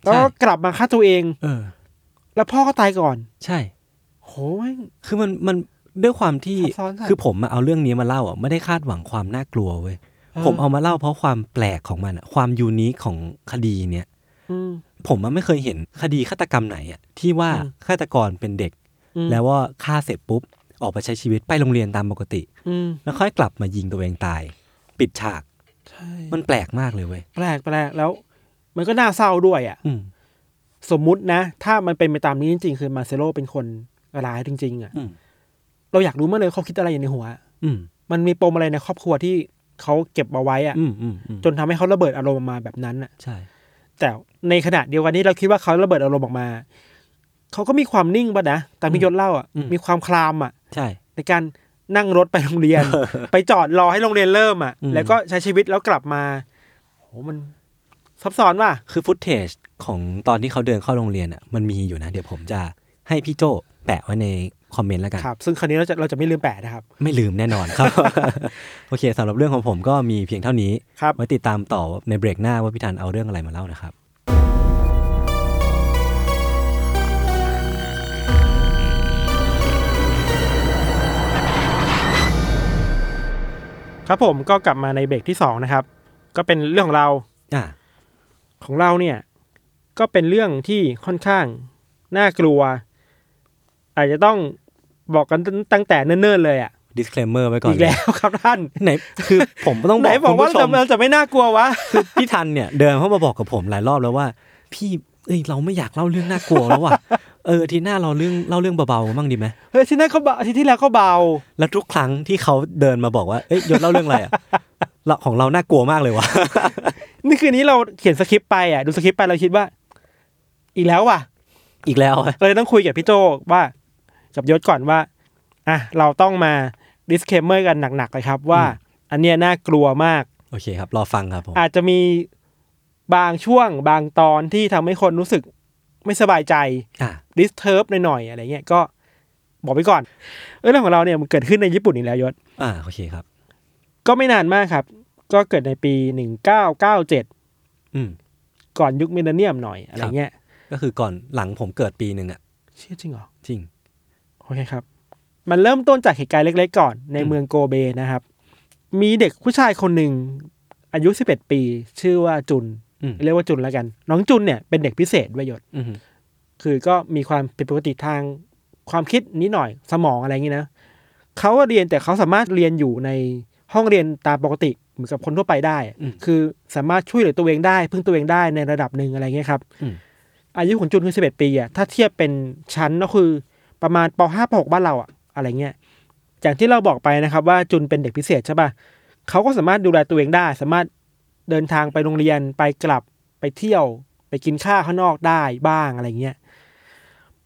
[SPEAKER 3] แล้วก็
[SPEAKER 2] ใช่
[SPEAKER 3] กลับมาฆ่าตัวเอง
[SPEAKER 2] เออ
[SPEAKER 3] แล้วพ่อก็ตายก่อน
[SPEAKER 2] ใช่
[SPEAKER 3] โหแม่ง
[SPEAKER 2] คือมันมันด้วยความที่
[SPEAKER 3] ซับซ้อนอะ
[SPEAKER 2] คือผมมาเอาเรื่องนี้มาเล่าอ่ะไม่ได้คาดหวังความน่ากลัวเว้ยผมเอามาเล่าเพราะความแปลกของมันอะความยูนิคของคดีเนี่ย
[SPEAKER 3] อืม
[SPEAKER 2] ผมมันไม่เคยเห็นคดีฆาตกรรมไหนอ่ะที่ว่า
[SPEAKER 3] อืม
[SPEAKER 2] ฆาตกรเป็นเด็ก
[SPEAKER 3] อืม
[SPEAKER 2] แล้วว่าฆ่าเสร็จปุ๊บ ออกไปใช้ชีวิตไปโรงเรียนตามปกติ
[SPEAKER 3] อืม
[SPEAKER 2] แล้วค่อยกลับมายิงตัวเองตาย ปิดฉาก
[SPEAKER 3] ใช่
[SPEAKER 2] มันแปลกมากเลยเว้ย
[SPEAKER 3] แปลกแปลกแล้ว มันก็น่าเศร้าด้วยอ่ะ
[SPEAKER 2] อืม
[SPEAKER 3] สมมุตินะ ถ้ามันเป็นไปตามนี้จริงๆ คือมาเซโลเป็นคนร้ายจริงๆอ่ะ
[SPEAKER 2] อืม
[SPEAKER 3] เราอยากรู้มากเลยเขาคิดอะไรอยู่ในหัว
[SPEAKER 2] อืม
[SPEAKER 3] มันมีปมอะไรในครอบครัวที่เขาเก็บเอาไว้อ่ะ
[SPEAKER 2] อืมอืมอืม
[SPEAKER 3] จนทำให้เขาระเบิดอารมณ์ออกมาแบบนั้นอ่ะ
[SPEAKER 2] ใช่
[SPEAKER 3] แต่ในขณะเดียวกันที่เราคิดว่าเขาระเบิดอารมณ์ออกมาเขาก็มีความนิ่งปะนะตามที่ยศเล่าอ่ะมีความคลามอ่ะ
[SPEAKER 2] ใช่
[SPEAKER 3] ในการนั่งรถไปโรงเรียน ไปจอดรอให้โรงเรียนเริ่มอ่ะ
[SPEAKER 2] อืม
[SPEAKER 3] แล้วก็ใช้ชีวิตแล้วกลับมาโหมันซับซ้อนว่ะ
[SPEAKER 2] คือฟุตเทจของตอนที่เขาเดินเข้าโรงเรียนอ่ะมันมีอยู่นะ เดี๋ยวผมจะให้พี่โจแปะไว้ในคอมเมนต์แล้วกัน
[SPEAKER 3] ครับ ซึ่งคราวนี้เราจะเราจะไม่ลืมแปะนะครับ
[SPEAKER 2] ไม่ลืมแน่นอนครับ โอเคสำหรับเรื่องของผมก็มีเพียงเท่านี้
[SPEAKER 3] ครับ
[SPEAKER 2] ไว้ติดตามต่อในเบรกหน้าว่าพี่ธันเอาเรื่องอะไรมาเล่านะครับ
[SPEAKER 3] ครับผมก็กลับมาในเบรกที่สองนะครับ ก็เป็นเรื่องของเรา
[SPEAKER 2] อ่ะ
[SPEAKER 3] ของเราเนี่ย ก็เป็นเรื่องที่ค่อนข้างน่ากลัว อาจจะต้องบอกกันตั้งตั้งแต่เนิ่นๆเลยอ่ะ
[SPEAKER 2] disclaimer ไว้ก่อน
[SPEAKER 3] อีกแล้วครับท่าน
[SPEAKER 2] ไหนคือผมต้อง
[SPEAKER 3] ไหน
[SPEAKER 2] บอกคุ
[SPEAKER 3] บอก
[SPEAKER 2] ณ
[SPEAKER 3] ว่า
[SPEAKER 2] ผู้ช
[SPEAKER 3] จะ
[SPEAKER 2] ม
[SPEAKER 3] เราจะไม่น่ากลัววะ
[SPEAKER 2] คือพี่ธันเนี่ยเดินเข้ามาบอกกับผมหลายรอบแล้วว่า พี่เอ้ยเราไม่อยากเล่าเรื่องน่ากลัวแล้วว่ะเอออาทีหน้าเราเรื่องเล่าเรื่องเบาๆบ้างดีไหม
[SPEAKER 3] เฮ้ยที่นั่นก็เบาที่ที่แล้วก็เบา
[SPEAKER 2] แล้วทุกครั้งที่เขาเดินมาบอกว่า เอ้ยยศเล่าเรื่องอะไรอ่ะ เราของเราน่ากลัวมากเลยวะ
[SPEAKER 3] นี่คืนนี้เราเขียนสคริปต์ไปอ่ะดูสคริปต์ไปเราคิดว่า อีกแล้วว่ะ
[SPEAKER 2] อีกแล้วอะ
[SPEAKER 3] เราเลยต้องคุยกับพี่โจว่ากับยศก่อนว่าอ่ะเราต้องมา disclaimer กันหนักๆเลยครับ ว่า อันเนี้ยน่ากลัวมาก
[SPEAKER 2] โอเคครับ รอฟังครับผม
[SPEAKER 3] อาจจะมีบางช่วงบางตอนที่ทำให้คนรู้สึกไม่สบายใจ
[SPEAKER 2] อ่ะ
[SPEAKER 3] disturb หน่อยๆอะไรเงี้ยก็บอกไปก่อน เออเรื่องของเราเนี่ยมันเกิดขึ้นในญี่ปุ่นอีกแล้วยศ
[SPEAKER 2] อ่าโอเคครับ
[SPEAKER 3] ก็ไม่นานมากครับ ก็เกิดในปี 1997
[SPEAKER 2] อืม
[SPEAKER 3] ก่อนยุคมิลเลนเนียมหน่อยอะไรเงี้ย
[SPEAKER 2] ก็คือก่อนหลังผมเกิดปีหนึ่งอ่ะ
[SPEAKER 3] เชื่อจริงเหรอ
[SPEAKER 2] จริง
[SPEAKER 3] โห โอเคครับ มันเริ่มต้นจากเหตุการณ์เล็กๆก่อนในเมืองโกเบนะครับ มีเด็กผู้ชายคนหนึ่งอายุ 11 ปี ชื่อว่าจุน
[SPEAKER 2] อืม
[SPEAKER 3] เรียกว่าจุนแล้วกัน น้องจุนเนี่ยเป็นเด็กพิเศษด้วยยศ
[SPEAKER 2] อืม
[SPEAKER 3] คือก็มีความผิดปกติทางความคิดนิดหน่อยสมองอะไรอย่างนี้นะเขาอะเรียนแต่เขาสามารถเรียนอยู่ในห้องเรียนตามปกติเหมือนกับคนทั่วไปได้อะคือสามารถช่วยเหลือตัวเองได้ พึ่งตัวเองได้ในระดับหนึ่งอะไรเงี้ยครับ
[SPEAKER 2] อืม
[SPEAKER 3] อายุของจุนคือสิบเอ็ดปีอ่ะถ้าเทียบเป็นชั้นก็คือประมาณปห้าปหกบ้านเราอ่ะอะไรเงี้ยอย่างที่เราบอกไปนะครับ ว่าจุนเป็นเด็กพิเศษใช่ปะเขาก็สามารถดูแลตัวเองได้ สามารถเดินทางไปโรงเรียนไปกลับไปเที่ยว ไปกินข้าวข้างนอกได้บ้างอะไรเงี้ย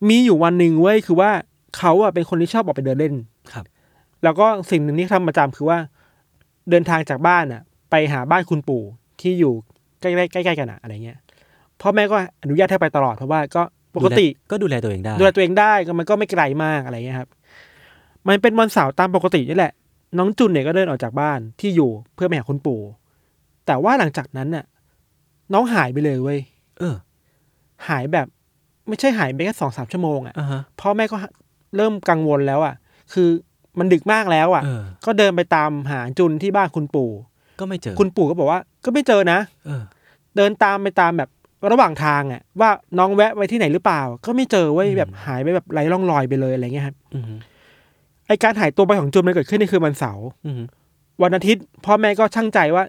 [SPEAKER 3] มีอยู่วันหนึ่งเว้ยคือว่าเขาอ่ะเป็นคนที่ชอบออกไปเดินเล่น
[SPEAKER 2] ครับ
[SPEAKER 3] แล้วก็สิ่งหนึ่งที่ทำประจำคือว่า เดินทางจากบ้านอ่ะ ไปหาบ้านคุณปู่ที่อยู่ใกล้ๆใกล้ๆกันอ่ะอะไรเงี้ยพ่อแม่ก็อนุญาตให้ไปตลอดเพราะว่าก็ปกติ
[SPEAKER 2] ดูแลก็ดูแลตัวเองได้
[SPEAKER 3] ดูแลตัวเองได้ก็มันก็ไม่ไกลมากอะไรเงี้ยครับ มันเป็นวันเสาร์ตามปกตินี่แหละ น้องจุนเนี่ยก็เดินออกจากบ้านที่อยู่เพื่อไปหาคุณปู่ แต่ว่าหลังจากนั้นน่ะ น้องหายไปเลยเว้ย
[SPEAKER 2] เออ
[SPEAKER 3] หายแบบ ไม่ใช่หายไปแค่สองสามชั่วโมงอ่ะ
[SPEAKER 2] อ่าฮะ
[SPEAKER 3] พ่อแม่ก็เริ่มกังวลแล้วอ่ะ คือมันดึกมากแล้วอ่ะ
[SPEAKER 2] เออ
[SPEAKER 3] ก็เดินไปตามหาจุนที่บ้านคุณปู่
[SPEAKER 2] ก็ไม่เจอ
[SPEAKER 3] คุณปู่ก็บอกว่า ก็ไม่เจอนะ
[SPEAKER 2] เออ
[SPEAKER 3] เดินตามไปตามแบบระหว่างทางอ่ะ ว่าน้องแวะไว้ที่ไหนหรือเปล่า ก็ไม่เจอเว้ย
[SPEAKER 2] อืม
[SPEAKER 3] แบบหายไปแบบไร้ร่องรอยไปเลยอะไรเงี้ยครับ
[SPEAKER 2] อืม
[SPEAKER 3] ไอการหายตัวไปของจุนมันเกิดขึ้นในคืนวันเสาร์
[SPEAKER 2] อืม
[SPEAKER 3] วันอาทิตย์พ่อแม่ก็ช่างใจว่า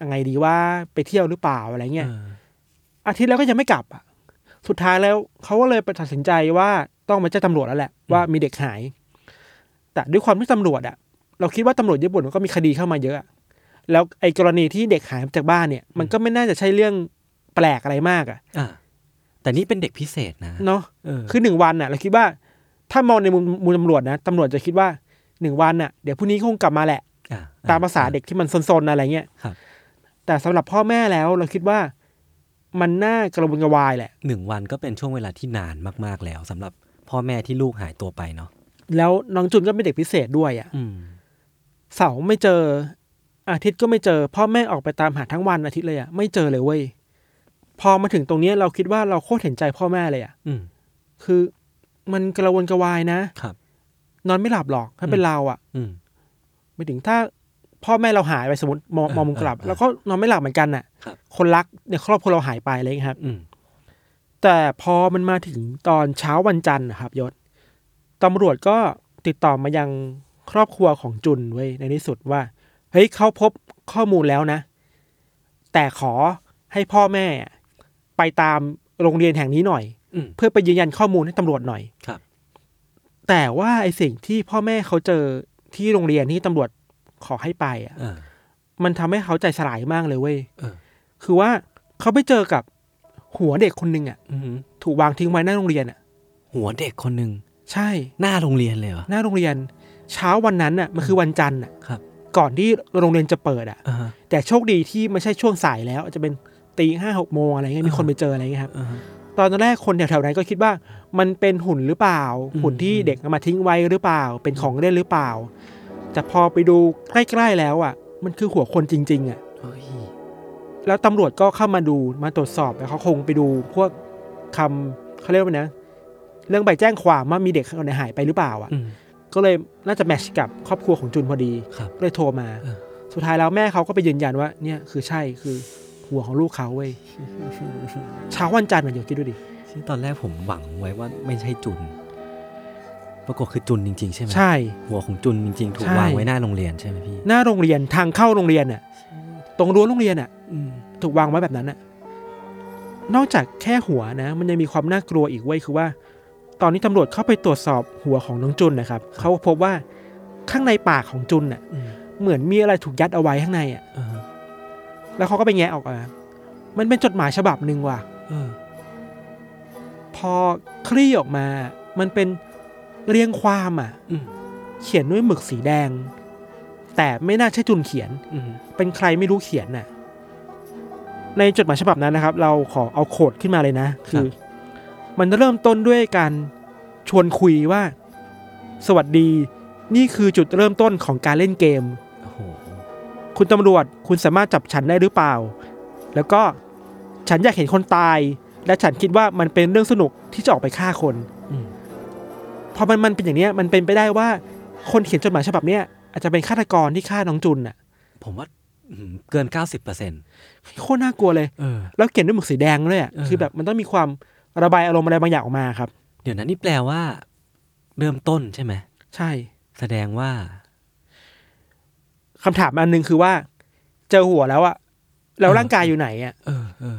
[SPEAKER 3] ยังไงดีว่าไปเที่ยวหรือเปล่าอะไรเงี้ย
[SPEAKER 2] ออ
[SPEAKER 3] อาทิตย์แล้วก็ยังไม่กลับอ่ะสุดท้ายแล้วเขาก็เลยไปตัดสินใจว่าต้องมาแจ้งตำรวจแล้วแหละว่ามีเด็กหาย แต่ด้วยความที่ตำรวจอ่ะ เราคิดว่าตำรวจญี่ปุ่นมันก็มีคดีเข้ามาเยอะอะแล้วไอ้กรณีที่เด็กหายจากบ้านเนี่ย มันก็ไม่น่าจะใช่เรื่องแปลกอะไรมากอ่ะ
[SPEAKER 2] อ่ะแต่นี่เป็นเด็กพิเศษนะ
[SPEAKER 3] เนาะ
[SPEAKER 2] เออ
[SPEAKER 3] คือหนึ่งวันน่ะ เราคิดว่า ถ้ามองในมุมมุมตำรวจนะตำรวจจะคิดว่าหนึ่งวันน่ะเดี๋ยวพรุ่งนี้คงกลับมาแหละ
[SPEAKER 2] อ่ะ
[SPEAKER 3] ตามภาษาเด็กที่มันซนๆอะไรเงี้ย
[SPEAKER 2] ครับ
[SPEAKER 3] แต่สำหรับพ่อแม่แล้วเราคิดว่ามันน่ากระวนกระวายแหละ
[SPEAKER 2] หนึ่งวันก็เป็นช่วงเวลาที่นานมาก ๆ แล้วสำหรับพ่อแม่ที่ลูกหายตัวไปเนาะ
[SPEAKER 3] แล้วน้องจุนก็เป็นเด็กพิเศษด้วยอะ่ะ
[SPEAKER 2] อืม
[SPEAKER 3] เสาร์ไม่เจอ อาทิตย์ก็ไม่เจอ พ่อแม่ออกไปตามหาทั้งวันอาทิตย์เลยอะ่ะไม่เจอเลยเว้ยพอมาถึงตรงเนี้ยเราคิดว่าเราโคตรเห็นใจพ่อแม่เลยอะ่ะ
[SPEAKER 2] อืม
[SPEAKER 3] คือมันกระวนกระวายนะ
[SPEAKER 2] ครับ
[SPEAKER 3] นอนไม่หลับหรอกถ้าเป็นเราอ่ะ
[SPEAKER 2] อืม
[SPEAKER 3] ไม่ถึงถ้าพ่อแม่เราหายไปสมมติมอง
[SPEAKER 2] เออ
[SPEAKER 3] มองมุมกลับ
[SPEAKER 2] เออ
[SPEAKER 3] แล้วก็นอนไม่หลับเหมือนกันน่ะ
[SPEAKER 2] ครับ
[SPEAKER 3] คนรักในครอบครัวเราหายไปอะไรอย่างเลยครับ
[SPEAKER 2] อืม
[SPEAKER 3] แต่พอมันมาถึงตอนเช้าวันจันทร์นะครับยศตำรวจก็ติดต่อมายังครอบครัวของจุนไว้ยในที่สุดว่า เฮ้ยเขาพบข้อมูลแล้วนะ แต่ขอให้พ่อแม่อะไปตามโรงเรียนแห่งนี้หน่อย
[SPEAKER 2] อืม
[SPEAKER 3] เพื่อไปยืนยันข้อมูลให้ตำรวจหน่อย
[SPEAKER 2] ครับ
[SPEAKER 3] แต่ว่าไอสิ่งที่พ่อแม่เขาเจอที่โรงเรียนที่ตำรวจขอให้ไปอะ
[SPEAKER 2] เออ
[SPEAKER 3] มันทำให้เขาใจสลายมากเลยเว้ย
[SPEAKER 2] เออ
[SPEAKER 3] คือว่าเขาไปเจอกับหัวเด็กคนหนึ่งอ่ะ
[SPEAKER 2] อืม
[SPEAKER 3] ถูกวางทิ้งไว้หน้าโรงเรียนอ่ะ
[SPEAKER 2] หัวเด็กคนหนึ่ง
[SPEAKER 3] ใช่
[SPEAKER 2] หน้าโรงเรียนเลยเหรอ
[SPEAKER 3] หน้าโรงเรียน เช้าวันนั้นอ่ะ มันคือวันจันทร์อ่ะ
[SPEAKER 2] ครับ
[SPEAKER 3] ก่อนที่โรงเรียนจะเปิดอ่ะ
[SPEAKER 2] อ่าฮะ
[SPEAKER 3] แต่โชคดีที่ไม่ใช่ช่วงสายแล้ว อาจจะเป็นตีห้าหกโมงอะไรเงี้ย มีคน
[SPEAKER 2] อ่า
[SPEAKER 3] ไปเจออะไรเงี้ยครับ
[SPEAKER 2] อ่าฮะ
[SPEAKER 3] ตอนแรกคนแถวๆนั้นก็คิดว่า มันเป็นหุ่นหรือเปล่า
[SPEAKER 2] อืม
[SPEAKER 3] หุ่นที่เด็กเอามาทิ้งไว้หรือเปล่า เป็นของเล่นหรือเปล่า แต่พอไปดูใกล้ๆแล้วอ่ะ มันคือหัวคนจริงๆอ่ะ
[SPEAKER 2] เฮ้ย
[SPEAKER 3] แล้วตำรวจก็เข้ามาดูมาตรวจสอบแล้วเขาคงไปดูพวกคำเขาเรียกว่าไงนะ เรื่องใบแจ้งความว่ามีเด็กคนไหนหายไปหรือเปล่าอ่ะ
[SPEAKER 2] อืม
[SPEAKER 3] ก็เลยน่าจะแมทชกับครอบครัวของจุนพอดี
[SPEAKER 2] ครับ
[SPEAKER 3] ก็เลยโทรมา
[SPEAKER 2] เออ
[SPEAKER 3] สุดท้ายแล้วแม่เขาก็ไปยืนยันว่าเนี่ยคือใช่คือหัวของลูกเขาเว้ยเช้าวันจันทร์มันอยู่คิดดูดิ
[SPEAKER 2] ซึ่งตอนแรกผมหวังไว้ว่าไม่ใช่จุน ปรากฏคือจุนจริง ๆ ใช่ไหม
[SPEAKER 3] ใช่
[SPEAKER 2] หัวของจุนจริง ๆ ถูก
[SPEAKER 3] ใช่
[SPEAKER 2] วางไว้หน้าโรงเรียนใช่ไหมพี่
[SPEAKER 3] หน้าโรงเรียนทางเข้าโรงเรียนอ่ะ ตรงรั้วโรงเรียนอ่ะ
[SPEAKER 2] อืม
[SPEAKER 3] ถูกวางไว้แบบนั้นน่ะ นอกจากแค่หัวนะ มันยังมีความน่ากลัวอีกเว้ยคือว่า ตอนนี้ตำรวจเข้าไปตรวจสอบหัวของน้องจุนนะครับ เขาพบว่าข้างในปากของจุนน่ะ
[SPEAKER 2] อืม
[SPEAKER 3] เหมือนมีอะไรถูกยัดเอาไว้ข้างในอ่ะ
[SPEAKER 2] อ่าฮะ
[SPEAKER 3] แล้วเขาก็ไปแงะออกมา มันเป็นจดหมายฉบับหนึ่งว่ะ
[SPEAKER 2] เออ
[SPEAKER 3] พอคลี่ออกมา มันเป็นเรียงความอ่ะ
[SPEAKER 2] อืม
[SPEAKER 3] เขียนด้วยหมึกสีแดง แต่ไม่น่าใช่จุนเขียน
[SPEAKER 2] อืม
[SPEAKER 3] เป็นใครไม่รู้เขียนน่ะ ในจดหมายฉบับนั้นนะครับ เราขอเอาโคดขึ้นมาเลยนะ
[SPEAKER 2] ครั
[SPEAKER 3] คื
[SPEAKER 2] บ
[SPEAKER 3] อ มันเริ่มต้นด้วยการชวนคุยว่า สวัสดี นี่คือจุดเริ่มต้นของการเล่นเกม
[SPEAKER 2] โอ้โห
[SPEAKER 3] คุณตำรวจคุณสามารถจับฉันได้หรือเปล่า แล้วก็ฉันอยากเห็นคนตาย และฉันคิดว่ามันเป็นเรื่องสนุกที่จะออกไปฆ่าคน
[SPEAKER 2] อืม
[SPEAKER 3] พ พอมันมันเป็นอย่างเนี้ยมันเป็นไปได้ว่า คนเขียนจดหมายฉบับเนี้ยอาจจะเป็นฆาตกรที่ฆ่าน้องจุนน่ะ
[SPEAKER 2] ผมว่าอืมเกินเก้าสิบเปอร์เซ็นต์
[SPEAKER 3] โคตรน่ากลัวเลย
[SPEAKER 2] เออ
[SPEAKER 3] แล้วเขียนด้วยหมึกสีแดงด้วยอ่ะ
[SPEAKER 2] เออ
[SPEAKER 3] คือแบบมันต้องมีความระบายอารมณ์อะไรบางอย่างออกมาครับ
[SPEAKER 2] เดี๋ยวนั้นนี่แปลว่า เริ่มต้นใช่ไหม
[SPEAKER 3] ใช่
[SPEAKER 2] แสดงว่า
[SPEAKER 3] คำถามอันหนึ่งคือว่า เจอหัวแล้วอ่ะแล้วร่างกายอยู่ไหนอ่ะ
[SPEAKER 2] เออเออ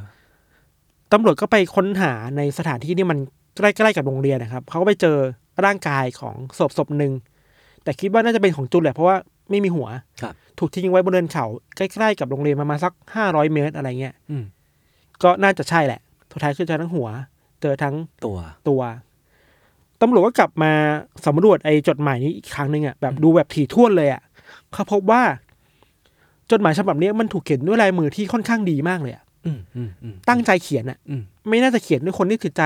[SPEAKER 3] ตำรวจก็ไปค้นหาในสถานที่ที่มันใกล้ๆกับโรงเรียนนะครับเขาก็ไปเจอร่างกายของศพศพหนึ่งแต่คิดว่าน่าจะเป็นของจุนแหละเพราะว่าไม่มีหัว
[SPEAKER 2] ครับ
[SPEAKER 3] ถูกทิ้งไว้บนเนินเขาใกล้ๆกับโรงเรียนประมาณสักห้าร้อยเมตรอะไรเงี้ย
[SPEAKER 2] อืม
[SPEAKER 3] ก็น่าจะใช่แหละสุดท้ายคือเจอทั้งหัว เจอทั้ง
[SPEAKER 2] ตัว
[SPEAKER 3] ตัวตำรวจก็กลับมาสำรวจไอ้จดหมายนี้อีกครั้งหนึ่งอะ่ะแบบดูแบบถี่ถ้วนเลยอะ่ะเขาพบว่า จดหมายฉบับเนี้ยมันถูกเขียนด้วยลายมือที่ค่อนข้างดีมากเลยอะ
[SPEAKER 2] อืมอืมอืม
[SPEAKER 3] ตั้งใจเขียนอะ่ะ
[SPEAKER 2] อืม
[SPEAKER 3] ไม่น่าจะเขียนด้วยคนที่ถือใจ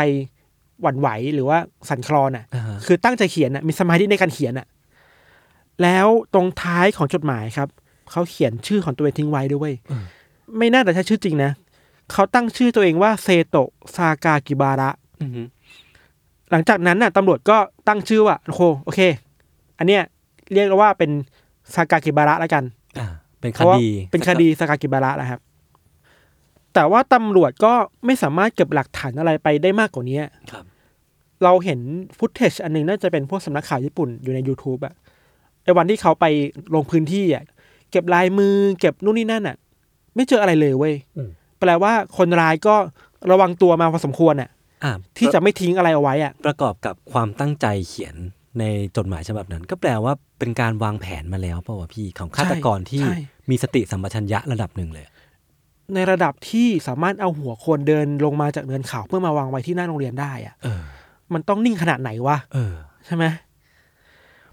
[SPEAKER 3] หวั่นไหวหรือว่าสั่นคลอนอ่ะ
[SPEAKER 2] อ่าฮะ
[SPEAKER 3] คือตั้งใจเขียนน่ะมีสมาธิในการเขียนน่ะ แล้วตรงท้ายของจดหมายครับ เขาเขียนชื่อของตัวเองทิ้งไว้ด้วยเวยไม่น่าจะใช่ชื่อจริงนะ เขาตั้งชื่อตัวเองว่าเซโตะซากากิบาระ
[SPEAKER 2] อืมฮึ
[SPEAKER 3] หลังจากนั้นน่ะตำรวจก็ตั้งชื่อว่าโอเคโอเค อันเนี้ยเรียกว่าเป็นซากากิบาระแล้วกัน
[SPEAKER 2] อ่าเป็น
[SPEAKER 3] เพ
[SPEAKER 2] ค
[SPEAKER 3] ราะว่า
[SPEAKER 2] ดี
[SPEAKER 3] เป็นคดีสกากิบาระนะครับ แต่ว่าตำรวจก็ไม่สามารถเก็บหลักฐานอะไรไปได้มากกว่านี้
[SPEAKER 2] ครับ
[SPEAKER 3] เราเห็นฟุตเทจอันหนึงน่าจะเป็นพวกสำนักข่าวญี่ปุ่นอยู่ใน YouTube อะไอวันที่เขาไปลงพื้นที่อะเก็บลายมือเก็บนู่นนี่นั่นอะไม่เจออะไรเลยเว้ย
[SPEAKER 2] อืม
[SPEAKER 3] แปลว่าคนร้ายก็ระวังตัวมาพอสมควรอะ
[SPEAKER 2] อ่า
[SPEAKER 3] ที่จะไม่ทิ้งอะไรเอาไว้อะ
[SPEAKER 2] ประกอบกับความตั้งใจเขียนในจดหมายฉบับนั้น ก็แปลว่าเป็นการวางแผนมาแล้วเปล่าวะพี่ของฆาตกรที่
[SPEAKER 3] ใช่
[SPEAKER 2] มีสติสัมปชัญญะระดับหนึ่งเลย
[SPEAKER 3] ในระดับที่สามารถเอาหัวคนเดินลงมาจากเนินเขาเพื่อมาวางไว้ที่หน้าโรงเรียนได้อะ
[SPEAKER 2] เออ
[SPEAKER 3] มันต้องนิ่งขนาดไหนวะ
[SPEAKER 2] เออ
[SPEAKER 3] ใช่ไหม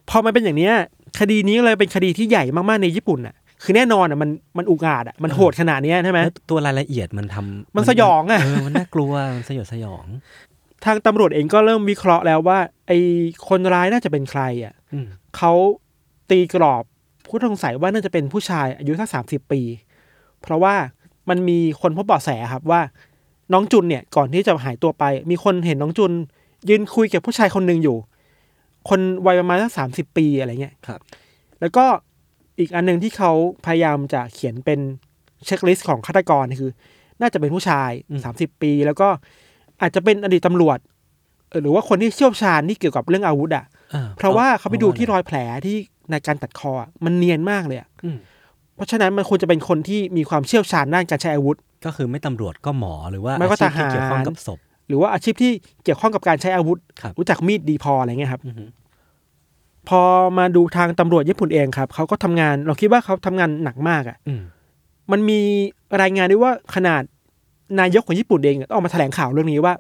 [SPEAKER 3] พอมันเป็นอย่างเนี้ย คดีนี้เลยเป็นคดีที่ใหญ่มากๆในญี่ปุ่นอ่ะ คือแน่นอนอ่ะมันมันอุกอาจอ่ะมันโหดขนาดเนี้ยใช่ไหม
[SPEAKER 2] แล้วตัวรายละเอียดมันทำ
[SPEAKER 3] มันสยองอะ
[SPEAKER 2] เออมันน่ากลัว มันสยดสยอง
[SPEAKER 3] ทางตำรวจเองก็เริ่มวิเคราะห์แล้วว่า ไอ้คนร้ายน่าจะเป็นใครอ่ะ
[SPEAKER 2] อืม
[SPEAKER 3] เขาตีกรอบผู้ต้องสงสัยว่าน่าจะเป็นผู้ชายอายุสักสามสิบปี เพราะว่ามันมีคนพบเบาะแสครับว่า น้องจุนเนี่ยก่อนที่จะหายตัวไป มีคนเห็นน้องจุน ยืนคุยกับผู้ชายคนหนึ่งอยู่ คนวัยประมาณสักสามสิบปีอะไรเงี้ย
[SPEAKER 2] ครับ
[SPEAKER 3] แล้วก็อีกอันหนึ่งที่เขาพยายามจะเขียนเป็นเช็คลิสต์ของฆาตกรคือ น่าจะเป็นผู้ชายสามสิบปี แล้วก็อาจจะเป็นอดีตตำรวจเออหรือว่าคนที่เชี่ยวชาญที่เกี่ยวกับเรื่องอาวุธอ่ะ
[SPEAKER 2] อ่
[SPEAKER 3] เพราะว่าเขาไปดูที่รอยแผลที่ในการตัดคออะมันเนียนมากเลยอะ
[SPEAKER 2] อืม
[SPEAKER 3] เพราะฉะนั้นมันควรจะเป็นคนที่มีความเชี่ยวชาญด้านการใช้อาวุธ
[SPEAKER 2] ก็คือไม่ตำรวจก็หมอหรือว่า
[SPEAKER 3] ไม่ก็
[SPEAKER 2] อชีพที่
[SPEAKER 3] ทหาร
[SPEAKER 2] เกี่ยวข้องกับศพ
[SPEAKER 3] หรือว่าอาชีพที่เกี่ยวข้องกับการใช้อาวุธ
[SPEAKER 2] ครับ
[SPEAKER 3] จักมีดดีพออะไรเงี้ยครับ
[SPEAKER 2] อือฮึ
[SPEAKER 3] พอมาดูทางตำรวจญี่ปุ่นเองครับเขาก็ทำงานเราคิดว่าเขาทำงานหนักมากอะ่ะ
[SPEAKER 2] อืม
[SPEAKER 3] มันมีรายงานด้วยว่าขนาดนายกของญี่ปุ่นเองต้องออกมาแถลงข่าวเรื่องนี้ว่า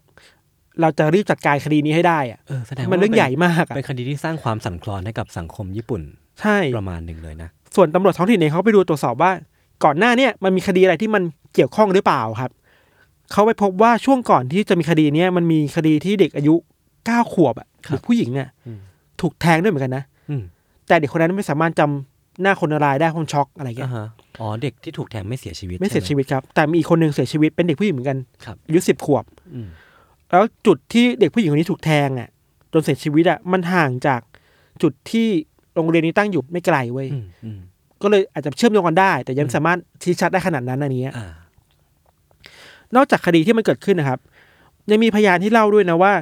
[SPEAKER 3] เราจะรีบจัดการคดีนี้ให้ได้อะ
[SPEAKER 2] เออแสดงว่า
[SPEAKER 3] มันเรื่องใหญ่มากอะ
[SPEAKER 2] เป็นคดีที่สร้างความสั่นคลอนให้กับสังคมญี่ปุ่น
[SPEAKER 3] ใช่
[SPEAKER 2] ประมาณหนึ่งเลยนะ
[SPEAKER 3] ส่วนตำรวจท้องถิ่นเองเขาไปดูตรวจสอบว่า ก่อนหน้าเนี่ยมันมีคดีอะไรที่มันเกี่ยวข้องหรือเปล่าครับ เขาไปพบว่าช่วงก่อนที่จะมีคดีเนี้ยมันมีคดีที่เด็กอายุเก้าขวบอะ
[SPEAKER 2] ครั
[SPEAKER 3] เด็
[SPEAKER 2] บ
[SPEAKER 3] กผู้หญิงเนี่ย
[SPEAKER 2] อืม
[SPEAKER 3] ถูกแทงด้วยเหมือนกันนะ
[SPEAKER 2] อืม
[SPEAKER 3] แต่เด็กคนนั้นไม่สามารถจำหน้าคนร้ายได้คนช็อกอะไรเงี้
[SPEAKER 2] อ่าย ฮะอ๋อเด็กที่ถูกแทงไม่เสียชีวิต
[SPEAKER 3] ไม่เสีย
[SPEAKER 2] ให
[SPEAKER 3] ชีวิตครับ แต่มีอีกคนหนึ่งเสียชีวิตเป็นเด็กผู้หญิงเหมือนกัน
[SPEAKER 2] ครับ
[SPEAKER 3] อายุสิบขวบ
[SPEAKER 2] อืม
[SPEAKER 3] แล้วจุดที่เด็กผู้หญิงคนนี้ถูกแทงอะจนเสียชีวิตอะมันห่างจากจุดที่โรงเรียนนี้ตั้งอยู่ไม่ไกลเว้ย
[SPEAKER 2] อืมอืม
[SPEAKER 3] ก็เลยอาจจะเชื่อมโยงกันได้ แต่ยังไม่สามารถชี้ชัดได้ขนาดนั้นอันเนี้ย
[SPEAKER 2] อ่าน
[SPEAKER 3] อกจากคดีที่มันเกิดขึ้นนะครับ ยังมีพยานที่เล่าด้วยนะว่า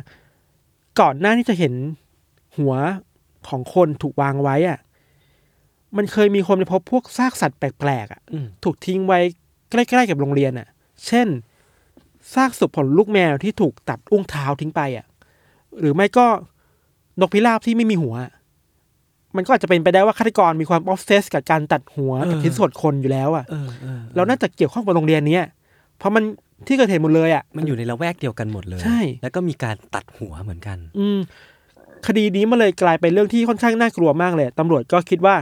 [SPEAKER 3] ก่อนหน้าที่จะเห็นหัวของคนถูกวางไว้อะมันเคยมีคนไปพบพวกซากสัตว์แปลกๆอะ
[SPEAKER 2] อืม
[SPEAKER 3] ถูกทิ้งไว้ใกล้ๆกับโรงเรียนอะเช่นซากศพของลูกแมวที่ถูกตัดอุ้งเท้าทิ้งไปอะหรือไม่ก็นกพิราบที่ไม่มีหัวอะมันก็อาจจะเป็นไปได้ว่าฆาตกรมีความออฟเซสกับการตัดหัวกับชิ้นส่วนคนอยู่แล้วอะ
[SPEAKER 2] เออเออ
[SPEAKER 3] เราน่าจะเกี่ยวข้องกับโรงเรียนเนี้ยเพราะมันที่เกิดเหตุหมดเลยอ่ะ
[SPEAKER 2] มันอยู่ในละแวกเดียวกันหมดเลย
[SPEAKER 3] ใช่
[SPEAKER 2] แล้วก็มีการตัดหัวเหมือนกัน
[SPEAKER 3] อืม คดีนี้มันเลยกลายเป็นเรื่องที่ค่อนข้างน่ากลัวมากเลยตำรวจก็คิดว่า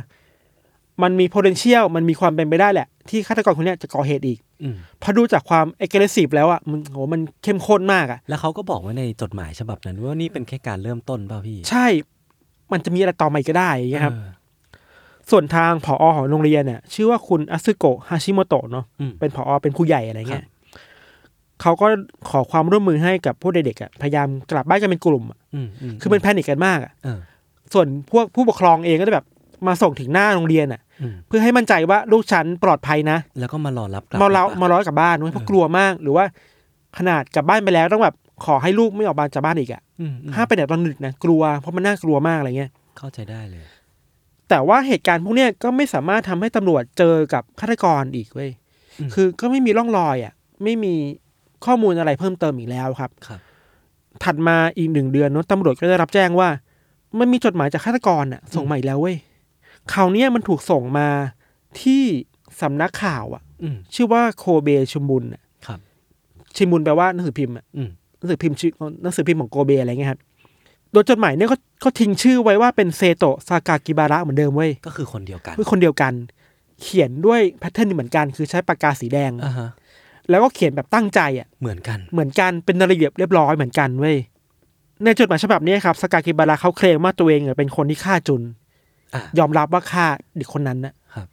[SPEAKER 3] มันมี potential มันมีความเป็นไปได้แหละ ที่ฆาตกรคนเนี้ยจะก่อเหตุอีก
[SPEAKER 2] อืม
[SPEAKER 3] เพอดูจากความ aggressive แล้วอ่ะมันโหมันเข้มข้นมากอ่ะ
[SPEAKER 2] แล้วเขาก็บอกไว้ในจดหมายฉบับนั้นว่านี่เป็นแค่การเริ่มต้นเปล่าพี่
[SPEAKER 3] ใช่ มันจะมีอะไรต่อมาอีกก็ได้อย่างเงี้ยครับ
[SPEAKER 2] เออ
[SPEAKER 3] ส่วนทางผออของโรงเรียนเนี่ยชื่อว่าคุณอาซึโกะฮาชิโมโตะเนาะ
[SPEAKER 2] อืม
[SPEAKER 3] เป็นผอเป็นผู้ใหญ่อะไรเงี้ย เขาก็ขอความร่วมมือให้กับพวกเด็กๆอะพยายามกลับบ้านกันเป็นกลุ่มอะ
[SPEAKER 2] อืมอื
[SPEAKER 3] คือมันแพนิคกันมากอะ
[SPEAKER 2] เออ
[SPEAKER 3] ส่วนพวกผู้ปกครองเองก็จะแบบมาส่งถึงหน้าโรงเรียนอ่ะ
[SPEAKER 2] อืม
[SPEAKER 3] เพื่อให้มั่นใจว่าลูกฉันปลอดภัยนะ
[SPEAKER 2] แล้วก็มารอรับกลับ
[SPEAKER 3] มาเรา
[SPEAKER 2] หอปล่
[SPEAKER 3] มาร้อยกลับบ้านเว้ยเพราะกลัวมาก หรือว่าขนาดกลับบ้านไปแล้วต้องแบบขอให้ลูกไม่ออกบ้านจากบ้านอีกอะ
[SPEAKER 2] อืมอืม
[SPEAKER 3] ห้ามไปไหนตอนดึกนะกลัวเพราะมันน่ากลัวมากอะไรเงี้ย
[SPEAKER 2] เข้าใจได้เลย
[SPEAKER 3] แต่ว่าเหตุการณ์พวกเนี้ยก็ไม่สามารถทำให้ตำรวจเจอกับฆาตกรอีกเว้ย
[SPEAKER 2] อืม
[SPEAKER 3] คือก็ไม่มีร่องรอยอ่ะ ไม่มีข้อมูลอะไรเพิ่มเติมอีกแล้วครับ
[SPEAKER 2] ครับ
[SPEAKER 3] ถัดมาอีกหนึ่งเดือนเนอะตำรวจก็ได้รับแจ้งว่า มันมีจดหมายจากฆาตกรอ่ะ ส่งมาอีกแล้วเว้ยคราวเนี้ยมันถูกส่งมาที่สำนักข่าวอ่ะ
[SPEAKER 2] อืม
[SPEAKER 3] ชื่อว่าโคเบชุมบุนอะ
[SPEAKER 2] ครับ
[SPEAKER 3] ชิมุนแปลว่าหนังสือพิมพ์อะ
[SPEAKER 2] อืม
[SPEAKER 3] หนังสือพิมพ์ชื่อหนังสือพิมพ์ของโกเบอะไรเงี้ยครับ โดยจดหมายเนี่ยก็ก็ทิ้งชื่อไว้ว่าเป็นเซโตะซากากิบาระเหมือนเดิมเว้ย
[SPEAKER 2] ก็คือคนเดียวกัน
[SPEAKER 3] คือคนเดียวกัน เขียนด้วยแพทเทิร์นเหมือนกัน คือใช้ปากกาสีแดง
[SPEAKER 2] อ่าฮะ
[SPEAKER 3] แล้วก็เขียนแบบตั้งใจอ่ะ
[SPEAKER 2] เหมือนกัน
[SPEAKER 3] เหมือนกัน เป็นระเบียบเรียบร้อยเหมือนกันเว้ย ในจดหมายฉบับนี้ครับซากากิบาระเขาเคลมว่าตัวเองเนี่ยเป็นคนที่ฆ่าจุน
[SPEAKER 2] อ่ะ
[SPEAKER 3] ยอมรับว่าฆ่าเด็กคนนั้นนะครับ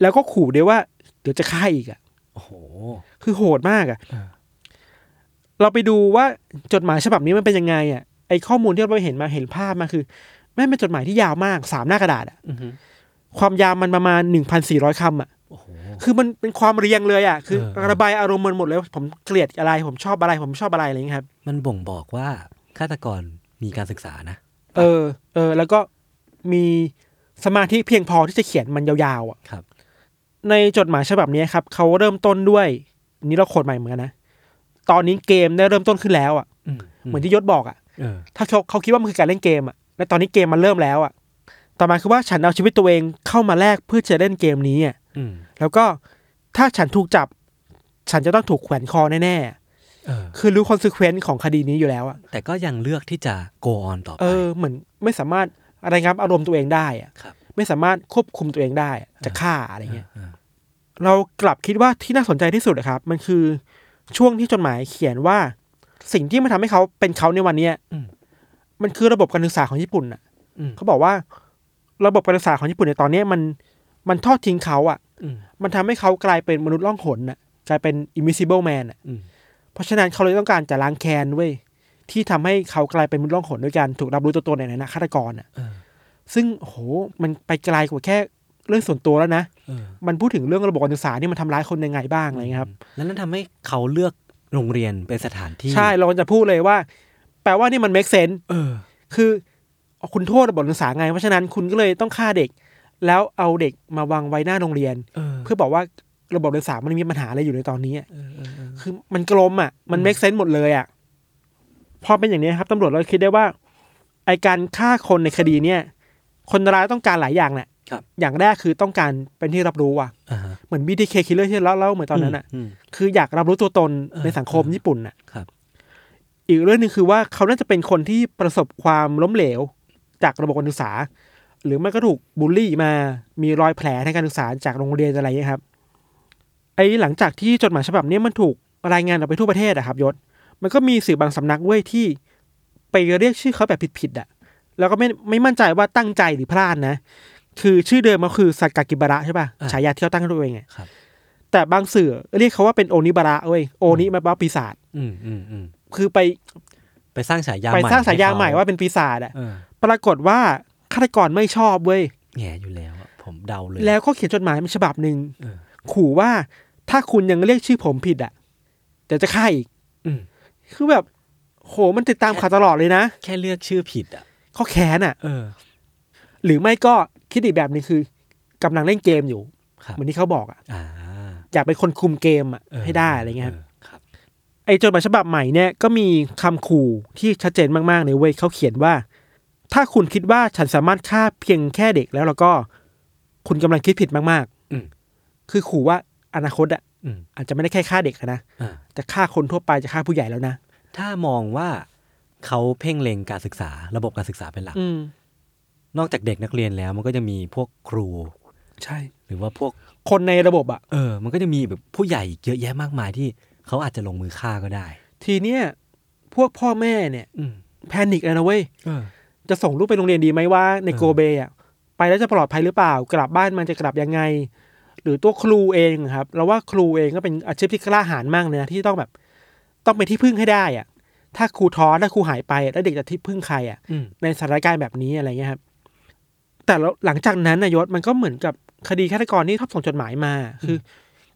[SPEAKER 3] แล้วก็ขู่ด้วยว่าเดี๋ยวจะฆ่าอีกอ่ะ
[SPEAKER 2] โอ้โห
[SPEAKER 3] คือโหดมากอะ
[SPEAKER 2] อ่า
[SPEAKER 3] เราไปดูว่าจดหมายฉบับนี้มันเป็นยังไงอะไอข้อมูลที่เราไปเห็นมาเห็นภาพมาคือแม่งเป็นจดหมายที่ยาวมากสามหน้ากระดาษอะ
[SPEAKER 2] อือฮึ
[SPEAKER 3] ความยาวมันประมาณหนึ่งพันสี่ร้อยคำอะ
[SPEAKER 2] โอ้โห
[SPEAKER 3] คือมันเป็นความเรียงเลยอะคือ
[SPEAKER 2] เออ
[SPEAKER 3] ระบายอารมณ์มันหมดเลยว่าผมเกลียดอะไร ผมชอบอะไร ผมชอบอะไรอะไรอย่างเงี้ยครับ
[SPEAKER 2] มันบ่งบอกว่าฆาตกรมีการศึกษานะ
[SPEAKER 3] เออ เออ แล้วก็มีสมาธิเพียงพอที่จะเขียนมันยาวๆอะ
[SPEAKER 2] ครับ
[SPEAKER 3] ในจดหมายฉบับนี้ครับเขาเริ่มต้นด้วยนี่เราโคดใหม่เหมือนกันนะตอนนี้เกมได้เริ่มต้นขึ้นแล้วอะ
[SPEAKER 2] อืม
[SPEAKER 3] เหมือนที่ยศบอกอะ
[SPEAKER 2] เออ
[SPEAKER 3] ถ้าเขาเขาคิดว่ามันคือการเล่นเกมอ่ะ และตอนนี้เกมมันเริ่มแล้วอ่ะ ต่อมาคือว่าฉันเอาชีวิตตัวเองเข้ามาแลกเพื่อจะเล่นเกมนี้อ่ะ
[SPEAKER 2] อืม
[SPEAKER 3] แล้วก็ถ้าฉันถูกจับ ฉันจะต้องถูกแขวนคอแน่
[SPEAKER 2] เออ
[SPEAKER 3] ๆ คือรู้คอนซ e เควนต์ของคดีนี้อยู่แล้วอ่ะ
[SPEAKER 2] แต่ก็ยังเลือกที่จะ go on ต่อไป
[SPEAKER 3] เออ เหมือนไม่สามารถอะไรงับอารมณ์ตัวเองได้อ่ะ
[SPEAKER 2] ครับ
[SPEAKER 3] ไม่สามารถควบคุมตัวเองได้อะจะฆ่าอะไรเงี้ย
[SPEAKER 2] เออ
[SPEAKER 3] เรากลับคิดว่าที่น่าสนใจที่สุดนะครับ มันคือช่วงที่จดหมายเขียนว่า สิ่งที่มันทำให้เขาเป็นเขาในวันเนี้ย
[SPEAKER 2] อืม
[SPEAKER 3] มันคือระบบการศึกษาของญี่ปุ่นอ่ะ
[SPEAKER 2] อืม
[SPEAKER 3] เขาบอกว่า ระบบการศึกษาของญี่ปุ่นในตอนเนี้ยมันมันทอดทิ้งเขาอ่ะ
[SPEAKER 2] อืม
[SPEAKER 3] มันทำให้เขากลายเป็นมนุษย์ล่องหนน่ะ กลายเป็น invisible man อ่ะ
[SPEAKER 2] อืม
[SPEAKER 3] เพราะฉะนั้นเขาเลยต้องการจะล้างแค้นเว้ยที่ทำให้เขากลายเป็นมนุษย์ล่องหนด้วยการถูกรับรู้ตัวตนในฐานะฆาตกรอ่ะ
[SPEAKER 2] เออ
[SPEAKER 3] ซึ่งโอ้โหมันไปไกลกว่าแค่เรื่องส่วนตัวแล้วนะ
[SPEAKER 2] เออ
[SPEAKER 3] มันพูดถึงเรื่องระบบการศึกษานี่มันทำร้ายคนยังไงบ้างอะไรเงี้ยครับ
[SPEAKER 2] แล้วนั่นทำให้เขาเลือกโรงเรียนเป็นสถานที่
[SPEAKER 3] ใช่เราจะพูดเลยว่า แปลว่านี่มัน make sense
[SPEAKER 2] เออ
[SPEAKER 3] คือคุณโทษระบบการศึกษาไง เพราะฉะนั้นคุณก็เลยต้องฆ่าเด็ก แล้วเอาเด็กมาวางไว้หน้าโรงเรียน
[SPEAKER 2] เออ
[SPEAKER 3] เพื่อบอกว่าระบบการศึกษามันมีปัญหาอะไรอยู่ในตอนนี้อะ
[SPEAKER 2] เออเออเออ
[SPEAKER 3] คือมันกลมอ่ะมัน make sense หมดเลยอ่ะพอเป็นอย่างนี้ครับตำรวจเราคิดได้ว่าไอการฆ่าคนในคดีเนี่ย คนร้ายต้องการหลายอย่างแหละ
[SPEAKER 2] ครับ
[SPEAKER 3] อย่างแรกคือต้องการเป็นที่รับรู้ว่ะ
[SPEAKER 2] อ่าฮะ
[SPEAKER 3] เหมือน BTK killer ที่เราเล่าเหมือนตอนนั้นอ่ะ
[SPEAKER 2] ม
[SPEAKER 3] คืออยากรับรู้ตัวตน
[SPEAKER 2] เออ
[SPEAKER 3] ในสังคม
[SPEAKER 2] เออ
[SPEAKER 3] ญี่ปุ่นน่ะ
[SPEAKER 2] ครับ
[SPEAKER 3] อีกเรื่องหนึ่งคือว่าเขาน่าจะเป็นคนที่ประสบความล้มเหลว จากระบบการศึกษา หรือไม่ก็ถูกบูลลี่มา มีรอยแผลทางการศึกษาจากโรงเรียนอะไรอย่างเงี้ยครับ ไอ้หลังจากที่จดหมายฉบับนี้มันถูกรายงานออกไปทั่วประเทศอะครับยศ มันก็มีสื่อบางสำนักเว้ยที่ไปเรียกชื่อเขาแบบผิดๆอะแล้วก็ไม่ไม่มั่นใจว่าตั้งใจหรือพลาดนะ คือชื่อเดิมมันคือสากากิบาระใช่ป่ะ ฉายาที่เขาตั้งให้ตัวเองไง
[SPEAKER 2] ครับ
[SPEAKER 3] แต่บางสื่อเรียกเขาว่าเป็นโอนิบาระเว้ยโอนิมาบ้าปีศาจ
[SPEAKER 2] อืมอืมอืม
[SPEAKER 3] คือไป
[SPEAKER 2] ไปสร้างฉายา
[SPEAKER 3] ไป
[SPEAKER 2] ใหม่
[SPEAKER 3] สร้างฉายา
[SPEAKER 2] เข
[SPEAKER 3] ใหม่ว่าเป็นปีศาจอะ
[SPEAKER 2] เออ
[SPEAKER 3] ปรากฏว่าฆาตกรไม่ชอบเว้ย
[SPEAKER 2] แง่อยู่แล้วอะผมเดาเลย
[SPEAKER 3] แล้วก็เขียนจดหมายเป็นฉบับหนึ่ง
[SPEAKER 2] เออ
[SPEAKER 3] ขู่ว่าถ้าคุณยังเรียกชื่อผมผิดอะเดี๋ยวจะฆ่าอีก
[SPEAKER 2] อืม
[SPEAKER 3] คือแบบ โหมันติดตามข่าวตลอดเลยนะ
[SPEAKER 2] แค่เลือกชื่อผิดอ่ะ
[SPEAKER 3] เขาแค้นอะ
[SPEAKER 2] เออ
[SPEAKER 3] หรือไม่ก็คิดอีกแบบหนึงคือกำลังเล่นเกมอยู่
[SPEAKER 2] ครับ
[SPEAKER 3] เหมือนที่เขาบอกอะ
[SPEAKER 2] อ่า
[SPEAKER 3] อยากเป็นคนคุมเกมอะ
[SPEAKER 2] เออ
[SPEAKER 3] ให้ได้อะไรเงี้ยครับ
[SPEAKER 2] ครับ
[SPEAKER 3] ไอ้จดหมายฉบับใหม่เนี่ยก็มีคำขู่ที่ชัดเจนมากๆเลยเว้ยเขาเขียนว่า ถ้าคุณคิดว่าฉันสามารถฆ่าเพียงแค่เด็กแล้วแล้วก็ คุณกำลังคิดผิดมาก
[SPEAKER 2] อืม
[SPEAKER 3] ๆคือขู่ว่าอนาคตอ่ะ
[SPEAKER 2] อืม
[SPEAKER 3] อาจจะไม่ได้แค่ฆ่าเด็กแล้วนะ
[SPEAKER 2] อ่า
[SPEAKER 3] จะฆ่าคนทั่วไปจะฆ่าผู้ใหญ่แล้วนะ
[SPEAKER 2] ถ้ามองว่าเขาเพ่งเล็งการศึกษาระบบการศึกษาเป็นหลัก
[SPEAKER 3] อืม
[SPEAKER 2] นอกจากเด็กนักเรียนแล้วมันก็จะมีพวกครู
[SPEAKER 3] ใช่
[SPEAKER 2] หรือว่าพวก
[SPEAKER 3] คนในระบบอ่ะ
[SPEAKER 2] เออ มันก็จะมีแบบผู้ใหญ่อีกเยอะแยะมากมายที่เขาอาจจะลงมือฆ่าก็ได้
[SPEAKER 3] ทีเนี้ยพวกพ่อแม่เนี่ย
[SPEAKER 2] อืม
[SPEAKER 3] แพนิคเลยนะเว้ย
[SPEAKER 2] เออ
[SPEAKER 3] จะส่งลูกไปโรงเรียนดีไหมว่าใน
[SPEAKER 2] เออ
[SPEAKER 3] โกเบอ่ะไปแล้วจะปลอดภัยหรือเปล่า กลับบ้านมันจะกลับยังไง หรือตัวครูเองครับเราว่าครูเองก็เป็นอาชีพที่กล้าหาญมากเลยนะที่ต้องแบบ ต้องเป็นที่พึ่งให้ได้อะถ้าครูท้อถ้าครูหายไปอะแล้วเด็กจะที่พึ่งใครอะ
[SPEAKER 2] อืม
[SPEAKER 3] ในสถานการณ์แบบนี้อะไรเงี้ยครับ แต่แล้วหลังจากนั้นนายศมันก็เหมือนกับคดีฆาตกรที่ชอบส่งจดหมายมา คืออ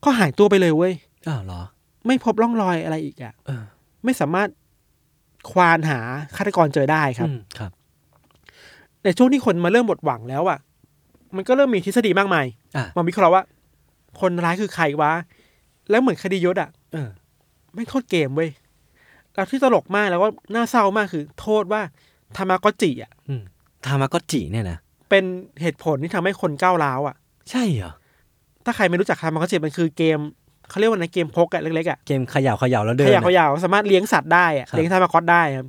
[SPEAKER 3] ก็หายตัวไปเลยเว้ย
[SPEAKER 2] อ้าวเหรอ
[SPEAKER 3] ไม่พบร่องรอยอะไรอีกอะ่ะ
[SPEAKER 2] เออ
[SPEAKER 3] ไม่สามารถควานหาฆาตกรเจอได้ครับ
[SPEAKER 2] อืมครับ
[SPEAKER 3] ในช่วงที่คนมาเริ่มหมดหวังแล้วอะ่ะ มันก็เริ่มมีทฤษฎีมากมาย
[SPEAKER 2] อ่ะ
[SPEAKER 3] มาวิเคราะห์ว่า คนร้ายคือใครวะ แล้วเหมือนคดียศอ่ะ
[SPEAKER 2] เออ
[SPEAKER 3] ไม่งโทษเกมเว้ยแล้วที่ตลกมากแล้วก็น่าเศร้ามากคือ โทษว่าธามากอจิอ่ะ
[SPEAKER 2] อืมทามากอจิเนี่ยนะ
[SPEAKER 3] เป็นเหตุผลที่ทำให้คนก้าวร้าวอ่ะ
[SPEAKER 2] ใช่เหรอ
[SPEAKER 3] ถ้าใครไม่รู้จักคาร์มากอจิมันคือเกมเขาเรียกว่านะเกมพกอะเล็กๆอะ
[SPEAKER 2] เกมเขย่าเขย่าแล้วเดิน
[SPEAKER 3] ขยะ
[SPEAKER 2] อะ
[SPEAKER 3] ขยาวสามารถเลี้ยงสัตว์ได้อะ
[SPEAKER 2] ครับ
[SPEAKER 3] เลี้ยงทามากอสได้ครับ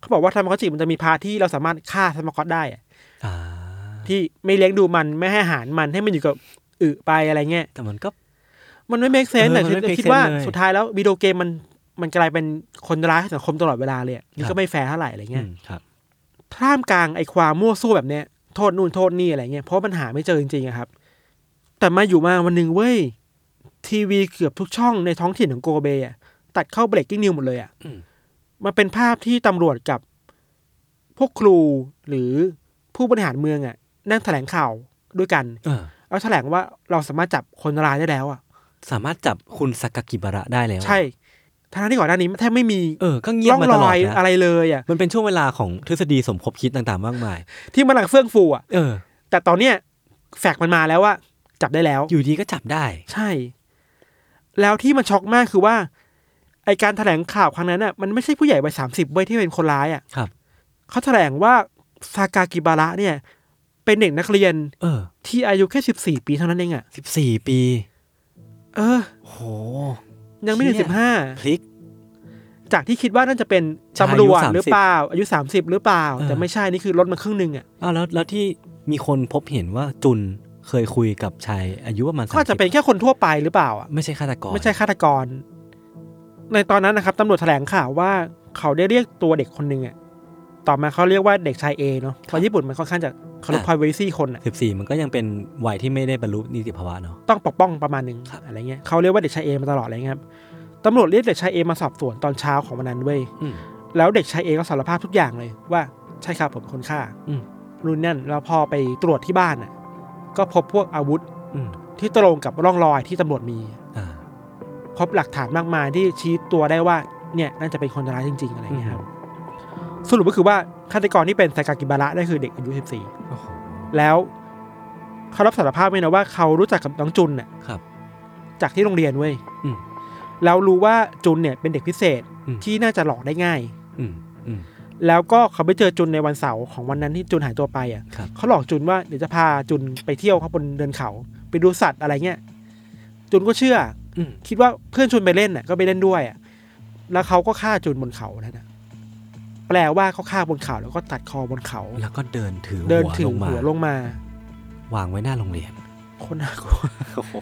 [SPEAKER 3] เขาบอกว่าทามากอจิมันจะมีพาร์ทที่เราสามารถฆ่าทามากอสได้อะ
[SPEAKER 2] อ่า
[SPEAKER 3] ที่ไม่เลี้ยงดูมันไม่ให้อาหารมันให้มันอยู่กับอึไปอะไรเงี้ย
[SPEAKER 2] แต่มันก็
[SPEAKER 3] มันไม่เมคเซน
[SPEAKER 2] เออ
[SPEAKER 3] แต่
[SPEAKER 2] มันไม่ make
[SPEAKER 3] คิด
[SPEAKER 2] sense
[SPEAKER 3] ว่า
[SPEAKER 2] เลย
[SPEAKER 3] สุดท้ายแล้ววิดีโอเกมมันมันกลายเป็นคนร้ายให้สังคมตลอดเวลาเลยอะนี่
[SPEAKER 2] ครั
[SPEAKER 3] ก็
[SPEAKER 2] บ
[SPEAKER 3] ไม่แฟร์เท่าไหร่อะไร
[SPEAKER 2] อื
[SPEAKER 3] เงี้ย
[SPEAKER 2] มครับ
[SPEAKER 3] ท่ามกลางไอ้ความมั่วซั่วแบบเนี้ยโทษนู่นโทษนี่อะไรเงี้ยเพราะมันหาไม่เจอจริงๆอะครับ แต่มาอยู่มาวันหนึ่งเว้ยทีวีเกือบทุกช่องในท้องถิ่นของโกเบอะตัดเข้าเบรกกิ้งนิวหมดเลยอะ
[SPEAKER 2] อืม
[SPEAKER 3] มันเป็นภาพที่ตำรวจกับพวกครูหรือผู้บริหารเมืองอะนั่งแถลงข่าวด้วยกัน
[SPEAKER 2] เออ
[SPEAKER 3] เอาแถลงว่าเราสามารถจับคนร้ายได้แล้วอะ
[SPEAKER 2] สามารถจับคุณสักกะกิบาระได้แล้วอะ
[SPEAKER 3] ใช่ทั้งที่ก่อนหน้านี้แทบไม่มี
[SPEAKER 2] เออ ก็เงียบ
[SPEAKER 3] ร่อง
[SPEAKER 2] มาต
[SPEAKER 3] ร
[SPEAKER 2] ลอ
[SPEAKER 3] อ
[SPEAKER 2] ด
[SPEAKER 3] ย
[SPEAKER 2] นะ
[SPEAKER 3] อะไรเลยอะ
[SPEAKER 2] มันเป็นช่วงเวลาของทฤษฎีสมคบคิดต่างๆ มากมาย
[SPEAKER 3] ที่มันหลังเฟื่องฟูอะ
[SPEAKER 2] เออ
[SPEAKER 3] แต่ตอนเนี้ยแฟกต์มันมาแล้วว่า จับได้แล้ว
[SPEAKER 2] อยู่ดีก็จับได้
[SPEAKER 3] ใช่ แล้วที่มันช็อกมากคือว่า ไอการถแถลงข่าวครั้งนั้นน่ะมันไม่ใช่ผู้ใหญ่วัยสามสิบเว้ยที่เป็นคนร้ายอ่ะ
[SPEAKER 2] ครับ
[SPEAKER 3] เขาแถลงว่าซากากิบาระเนี่ย เป็นเด็กนักเรียน
[SPEAKER 2] เออ
[SPEAKER 3] ที่อายุแค่สิบสี่ปีเท่านั้นเองอ่ะ
[SPEAKER 2] สิบสี่ปี
[SPEAKER 3] เออ
[SPEAKER 2] โห
[SPEAKER 3] ยังไม่ถึง
[SPEAKER 2] เชี่ย
[SPEAKER 3] สิบห้า
[SPEAKER 2] พลิก
[SPEAKER 3] จากที่คิดว่าน่าจะเป็น
[SPEAKER 2] ชายอายุ
[SPEAKER 3] ตำรวจ
[SPEAKER 2] 30
[SPEAKER 3] หรือเปล่า อายุสามสิบหรือเปล่า
[SPEAKER 2] เออ
[SPEAKER 3] แต่ไม่ใช่นี่คือลดมาครึ่งหนึ่งอ่ะ
[SPEAKER 2] อ้าวแล้วแล้วที่มีคนพบเห็นว่าจุนเคยคุยกับชายอายุประมาณ
[SPEAKER 3] ก็อาจจะเป็นแค่คนทั่วไปหรือเปล่าอ่ะ
[SPEAKER 2] 30ไม่ใช่ฆาตกร
[SPEAKER 3] ไม่ใช่ฆาตกร ในตอนนั้นนะครับตำรวจแถลงข่าวว่าเขาได้เรียกตัวเด็กคนหนึ่งอะต่อมาเขาเรียกว่าเด็กชายเอเนาะเพราะญี่ปุ่นมันค่อนข้างจะเคารพพายเวซี่คนอะ
[SPEAKER 2] สิบสี่มันก็ยังเป็นวัยที่ไม่ได้บรรลุนิติภาวะเนาะ
[SPEAKER 3] ต้องปกป้องประมาณหนึ่ง
[SPEAKER 2] ครับ
[SPEAKER 3] อะไรเงี้ยเขาเรียกว่าเด็กชายเอมาตลอดอะไรเงี้ยครับตำรวจเรียกเด็กชายเอมาสอบสวนตอนเช้าของวันนั้นเว้ย
[SPEAKER 2] อืม
[SPEAKER 3] แล้วเด็กชายเอก็สารภาพทุกอย่างเลยว่าใช่ครับผมคนฆ่า
[SPEAKER 2] อืม
[SPEAKER 3] นู่นนั่นแล้วพอไปตรวจที่บ้านอะก็พบพวกอาวุธ
[SPEAKER 2] อืม
[SPEAKER 3] ที่ตรงกับร่องรอยที่ตำรวจมี
[SPEAKER 2] อ่า
[SPEAKER 3] พบหลักฐานมากมายที่ชี้ตัวได้ว่าเนี่ยน่าจะเป็นคนร้ายจริง ๆ อะไรอย่างเงี้ยครับสรุปก็คือว่าฆาตกรที่เป็นสากากิบาระได้คือเด็กอายุ
[SPEAKER 2] โอ้โห
[SPEAKER 3] 14 แล้วเขารับสารภาพไหมนะว่าเขารู้จักกับน้องจุนน่ะ
[SPEAKER 2] ครับ
[SPEAKER 3] จากที่โรงเรียนเว้ย
[SPEAKER 2] อืม
[SPEAKER 3] แล้วรู้ว่าจุนเนี่ยเป็นเด็กพิเศษ
[SPEAKER 2] อืม
[SPEAKER 3] ที่น่าจะหลอกได้ง่าย
[SPEAKER 2] อืมอืม
[SPEAKER 3] แล้วก็เขาไปเจอจุนในวันเสาร์ของวันนั้นที่จุนหายตัวไปอ่ะ
[SPEAKER 2] ครับ
[SPEAKER 3] เขาหลอกจุนว่าเดี๋ยวจะพาจุนไปเที่ยวเขาบนเดินเขา ไปดูสัตว์อะไรเงี้ยจุนก็เชื่อ
[SPEAKER 2] อืม
[SPEAKER 3] คิดว่าเพื่อนชวนไปเล่นน่ะก็ไปเล่นด้วยอ่ะ แล้วเขาก็ฆ่าจูนบนเขาแล้วนะแปลว่าเขาฆ่าบนเขาแล้วก็ตัดคอบนเขา
[SPEAKER 2] แล้วก็เดินถือ
[SPEAKER 3] เดิน
[SPEAKER 2] หัว
[SPEAKER 3] ถื
[SPEAKER 2] ล
[SPEAKER 3] อง
[SPEAKER 2] มา
[SPEAKER 3] หัวลงมาว
[SPEAKER 2] างไว้หน้าโรงเรียน
[SPEAKER 3] คนน่ากลัว
[SPEAKER 2] โอ้โห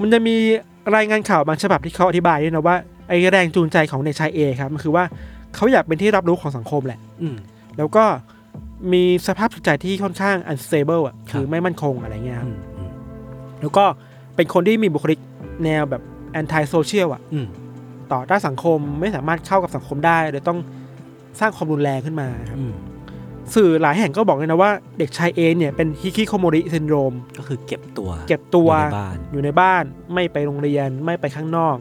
[SPEAKER 3] มันจะมีรายงานข่าวบางฉบับที่เขาอธิบายด้วยนะว่าไอ้แรงจูงใจของเด็กชายเอครับมันคือว่าเขาอยากเป็นที่รับรู้ของสังคมแหละ
[SPEAKER 2] อืม
[SPEAKER 3] แล้วก็มีสภาพจิตใจที่ค่อนข้าง unstable อ่ะ
[SPEAKER 2] ครับ
[SPEAKER 3] คือไม่มั่นคงอะไรเงี้ยครับ
[SPEAKER 2] อืมอืม
[SPEAKER 3] แล้วก็เป็นคนที่มีบุคลิกแนวแบบ anti social อ่ะ
[SPEAKER 2] อืม
[SPEAKER 3] ต่อต้านสังคมไม่สามารถเข้ากับสังคมได้เลยต้องสร้างความรุนแรงขึ้นมาครับ
[SPEAKER 2] อืม
[SPEAKER 3] สื่อหลายแห่งก็บอกเลยนะว่าเด็กชายเอเนี่ยเป็นฮิคิโคโมริซินโดรม
[SPEAKER 2] ก็คือเก็บตัว
[SPEAKER 3] เก็บตัว
[SPEAKER 2] อยู่ในบ้าน
[SPEAKER 3] อยู่ในบ้าน ไม่ไปโรงเรียนไม่ไปข้างนอก